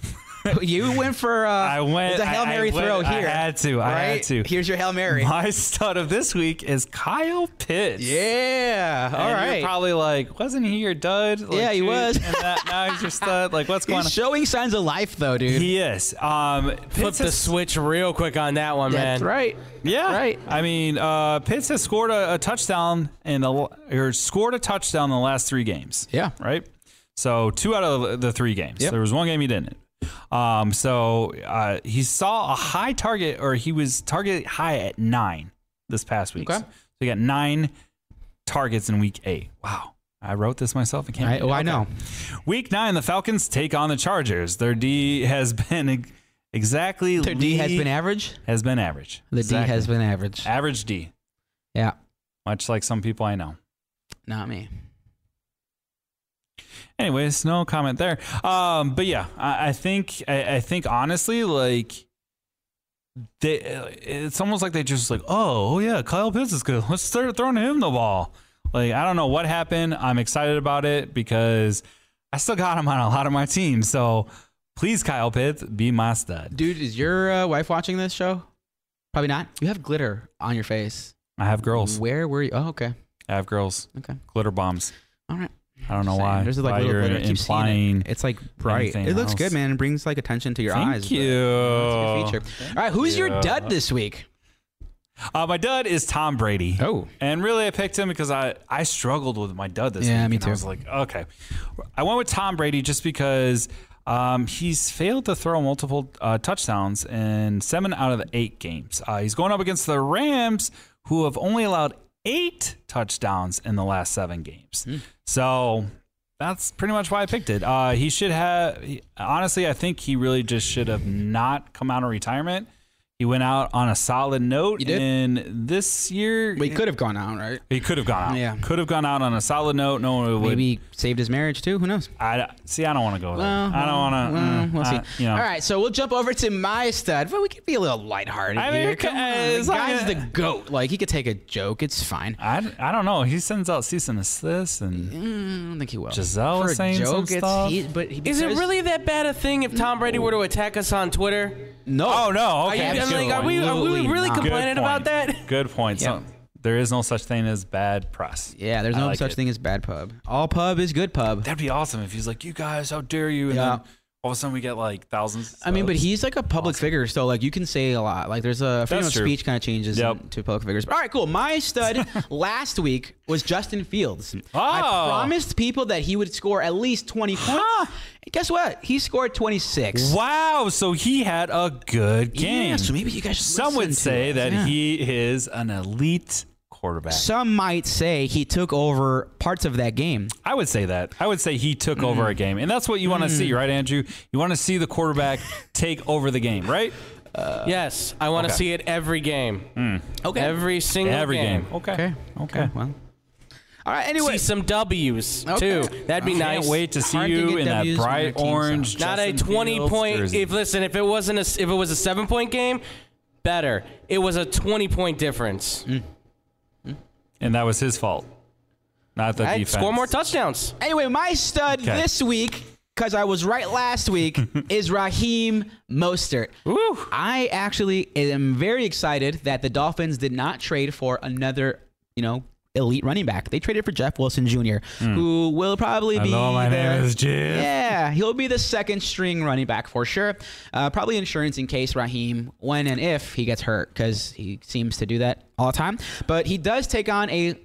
You went for uh, I went. It's a hail I- I mary went- throw I here. had to, I had right? to. Here's your hail mary. My stud of this week is Kyle Pitts. Yeah. All And right. You're probably like, wasn't he your dud? Like, Yeah, he dude, was. and that, now he's your stud. Like, what's going He's on? showing signs of life, though, dude. He is. Um, Flip Pitts the has- switch real quick on that one, That's man. right. Yeah, Right. I mean, uh, Pitts has scored a, a touchdown in the or scored a touchdown in the last three games. Yeah. right? So two out of the three games. Yep. There was one game he didn't. Um, so uh, he saw a high target, or he was target high at nine this past week. Okay. So he got nine targets in week eight. Wow. I wrote this myself. I can't. I, oh, I Okay. know. Week nine, the Falcons take on the Chargers. Their D has been ex- exactly Their D has Lee- been average. has been average. The D Exactly. has been average. average D, Yeah. much like some people I know. Not me. Anyways, no comment there. Um, but yeah, I, I think I, I think honestly, like they, it's almost like they just like, oh, oh yeah, Kyle Pitts is good. Let's start throwing him the ball. Like I don't know what happened. I'm excited about it because I still got him on a lot of my teams. So please, Kyle Pitts, be my stud. Dude, is your uh, wife watching this show? Probably not. You have glitter on your face. I have girls. Where were you? Oh, okay. I have girls. Okay. Glitter bombs. All right. I don't Just know saying. why. There's like why little you're glitter. I keep seeing it. implying. It's like bright. anything It looks else. good, man. It brings like attention to your Thank eyes. but- you. That's a good feature. All right. Who's your you. dud this week? Uh, my dud is Tom Brady. Oh. And really, I picked him because I, I struggled with my dud this Yeah, week. me and too. I was like, okay. I went with Tom Brady just because um, he's failed to throw multiple uh, touchdowns in seven out of the eight games. Uh, he's going up against the Rams, who have only allowed eight touchdowns in the last seven games. Hmm. So that's pretty much why I picked it. Uh, he should have, he- honestly, I think he really just should have not come out of retirement. He went out on a solid note, He did. and this year We could have gone out, right? he could have gone out. Yeah. Could have gone out on a solid note. No one would. Maybe saved his marriage too. Who knows? I see. I don't want to go there. Well, I don't want to. Well, Mm, we'll see. Mm, uh, you know. All right, so we'll jump over to my stud, but we could be a little lighthearted I mean, here. it Come ca- on, it's the not guy's gonna- the goat. Like he could take a joke. It's fine. I, I don't know. He sends out cease and desist, and Mm, I don't think he will. Giselle For was a saying joke, some it's, stuff. He, but he, Is it because- really that bad a thing if Tom Brady were to attack us on Twitter? No. Oh, no, okay. I Yeah, I'm good like, are one. we are we Absolutely really not. Good complaining point. about that? Good point. Yeah. So, there is no such thing as bad press. Yeah, there's I no like such it. thing as bad pub. All pub is good pub. That'd be awesome if he's like, "You guys, how dare you!" And Yeah. then all of a sudden we get like thousands. I mean, but subs. he's like a public figure, so like you can say a lot. Like there's a freedom That's of true. speech kind of changes Yep. in- to public figures. All right, cool. My stud last week was Justin Fields. I Oh. promised people that he would score at least 20 points. And guess what? He scored 26. Wow, so he had a good game. Yeah, so maybe you guys should Some listen would to say us, that yeah. he is an elite quarterback. Some might say he took over parts of that game. I would say that. I would say he took over a game. And that's what you want to see, right, Andrew? You want to see the quarterback take over the game, right? Yes, I want to Okay. see it every game. Uh, Hmm. Okay. Every single Every game. game. Okay. okay. Okay. Well. All right. See Anyway. some W's Okay. too. That'd be Okay. Can't nice. wait to see Hard to you get in that W's when your bright team's orange. Not a Justin twenty Fields point. jersey. If listen, if it wasn't a, s- if it was a seven point game, better. It was a twenty point difference. Mm, and that was his fault, not the Right? defense. Score more touchdowns. Anyway, my stud Okay. this week, because I was right last week, is Raheem Mostert. Woo. I actually am very excited that the Dolphins did not trade for another, you know, elite running back. They traded for Jeff Wilson Jr., who will probably be. Hello, Hmm. my name the- is Jeff. Yeah, he'll be the second string running back for sure. Uh, probably insurance in case Raheem, when and if he gets hurt, because he seems to do that all the time. But he does take on a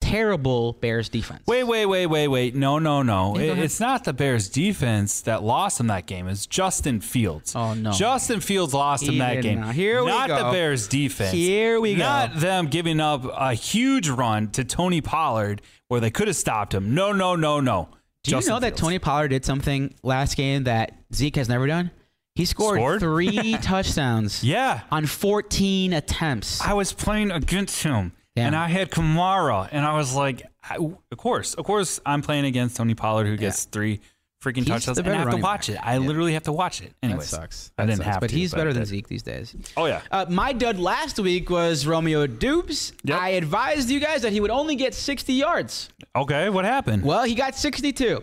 terrible Bears defense. Wait, wait, wait, wait, wait. No, no, no. It- it's not the Bears defense that lost him that game. It's Justin Fields. Oh, no. Justin Fields lost him that Even game. now. Here we not go. the Bears defense. Here we go. Not them giving up a huge run to Tony Pollard where they could have stopped him. No, no, no, no. Do you know that Tony Pollard did something last game that Zeke has never done? He scored, Scored? three touchdowns Yeah. on 14 attempts. I was playing against him, Damn. and I had Kamara, and I was like, I, of course, of course, I'm playing against Tony Pollard, who gets three freaking He's touchdowns, the and I better have to running watch back. it. I Yeah. literally have to watch it. Anyways, I That didn't sucks. have But to, he's better I than did. Zeke these days. Oh yeah. Uh, my dud last week was Romeo Dubes. Yep. I advised you guys that he would only get 60 yards. okay, what happened? Well, he got 62.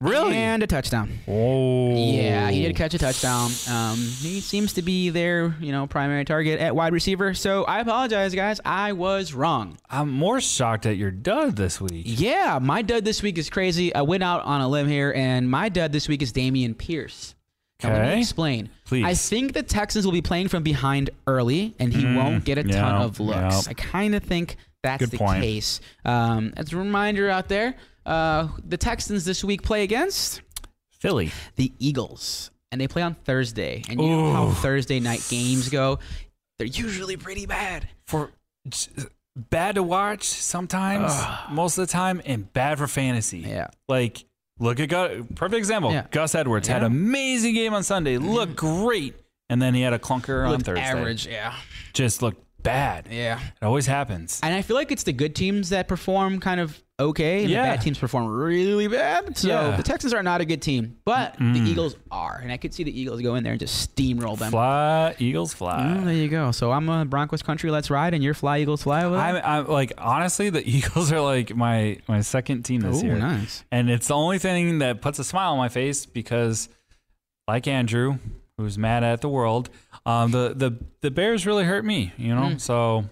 Really? And a touchdown. oh. Yeah, he did catch a touchdown. Um, he seems to be their, you know, primary target at wide receiver. So I apologize, guys. I was wrong. I'm more shocked at your dud this week. Yeah, my dud this week is crazy. I went out on a limb here, and my dud this week is Damian Pierce. Now, let Okay. me explain. Please. Mm-hmm. I think the Texans will be playing from behind early, and he won't get a ton yeah, of looks. yeah. I kind of think that's Good the point. case. Um, as a reminder out there, uh, the Texans this week play against Philly. the Eagles, and they play on Thursday. And you know how Ooh. Thursday night games go; they're usually pretty bad. For bad to watch sometimes, most of the time, and bad for fantasy. Yeah. Like, look at Gus. Perfect example. Yeah. Mm-hmm. Gus Edwards had an amazing game on Sunday, looked great, and then he had a clunker on Looked Thursday. average, yeah, Just looked bad. yeah. It always happens. And I feel like it's the good teams that perform kind of okay, and Yeah. the bad teams perform really bad. So Yeah. the Texans are not a good team, but the Eagles are, and I could see the Eagles go in there and just steamroll them. Fly, Eagles Oh, fly. there you go. So I'm a Broncos country. Let's ride, and your fly Eagles fly. With I'm, I'm like honestly, the Eagles are like my my second team this Ooh, year. nice. And it's the only thing that puts a smile on my face because, like Andrew, who's mad at the world, um, the, the, the Bears really hurt me, you know? Mm. So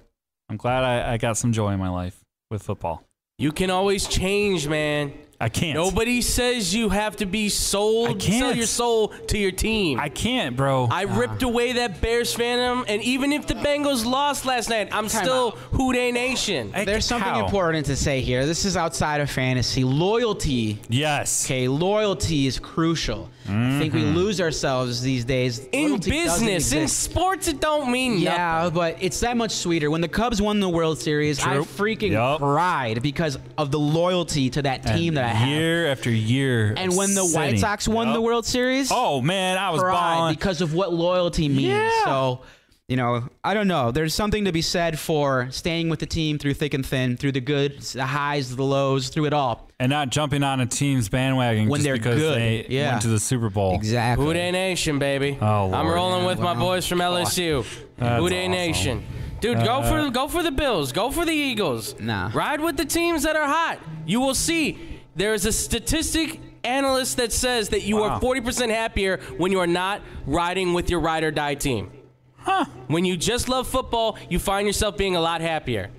I'm glad I, I got some joy in my life with football. You can always change, man. I can't. Nobody says you have to be I sold, can't. sell your soul to your team. I I, can't, bro. ripped away that Bears fandom, and even if the Bengals lost last night, I'm still Houday Nation. I- There's something how? important to say here. This is outside of fantasy. Loyalty, Yes. okay, loyalty is crucial. I think we lose ourselves these days. in Loyalty doesn't business, in exist. sports, it don't mean nothing. Yeah, but it's that much sweeter. When the Cubs won the World Series, I True. freaking Yup. cried because of the loyalty to that team that I And had. Year after year. and of when the White sitting. Sox won Yup. the World Series, Oh, man, I was cried balling. because of what loyalty means. Yeah. So, you know, I don't know. There's something to be said for staying with the team through thick and thin, through the good, the highs, the lows, through it all. and not jumping on a team's bandwagon When just they're because good. they Yeah. went to the Super Bowl. Exactly. Houday Nation, baby. Oh, I'm Lord. rolling with my boys from LSU. That's Houday awesome. Uh, Nation. Dude, go for go for the Bills. Go for the Eagles. Nah. Ride with the teams that are hot. You will see. There is a statistic analyst that says that you are 40% happier when you are not riding with your ride or die team. Huh. When you just love football, you find yourself being a lot happier.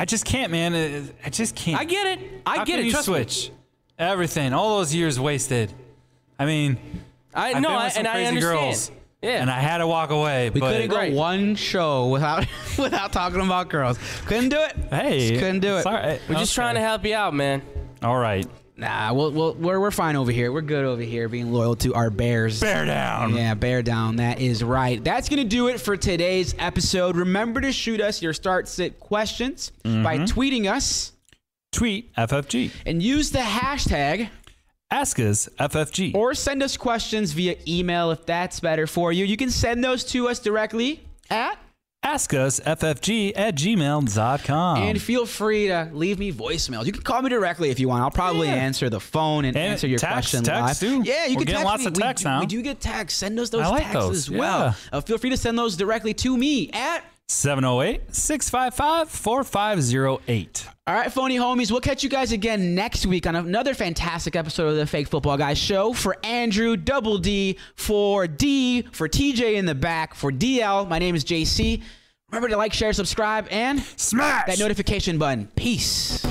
I just can't, man. It- I just can't. I get it. I How get can it. You Trust me. switch everything. All those years wasted. I mean, I I've no, been with I, some and I crazy understand. girls, yeah. and I had to walk away. we but couldn't go Right. one show without without talking about girls. Couldn't do it. hey, Just couldn't do it. it's all right. We're just Okay. trying to help you out, man. All right, Nah, we'll, we'll, we're, we're fine over here. We're good over here being loyal to our Bears. bear down. Yeah, bear down. That is right. That's going to do it for today's episode. Remember to shoot us your start sit questions by Mm-hmm. tweeting us Tweet FFG. and use the hashtag Ask us FFG. or send us questions via email if that's better for you. You can send those to us directly at Ask us FFG at gmail.com. and feel free to leave me voicemails. You can call me directly if you want. I'll probably Yeah. answer the phone and, And answer your text, question text live. too. Yeah, you can We're getting text lots me. of We texts do- now. We do get texts. Send us those I like texts those, as well. Uh, feel free to send those directly to me at 708 655 4508. All right, phony homies. We'll catch you guys again next week on another fantastic episode of the Fake Football Guys show. For Andrew, Double D, for D, for TJ in the back, for DL, my name is JC. Remember to like, share, subscribe, and Smash! that notification button. Peace.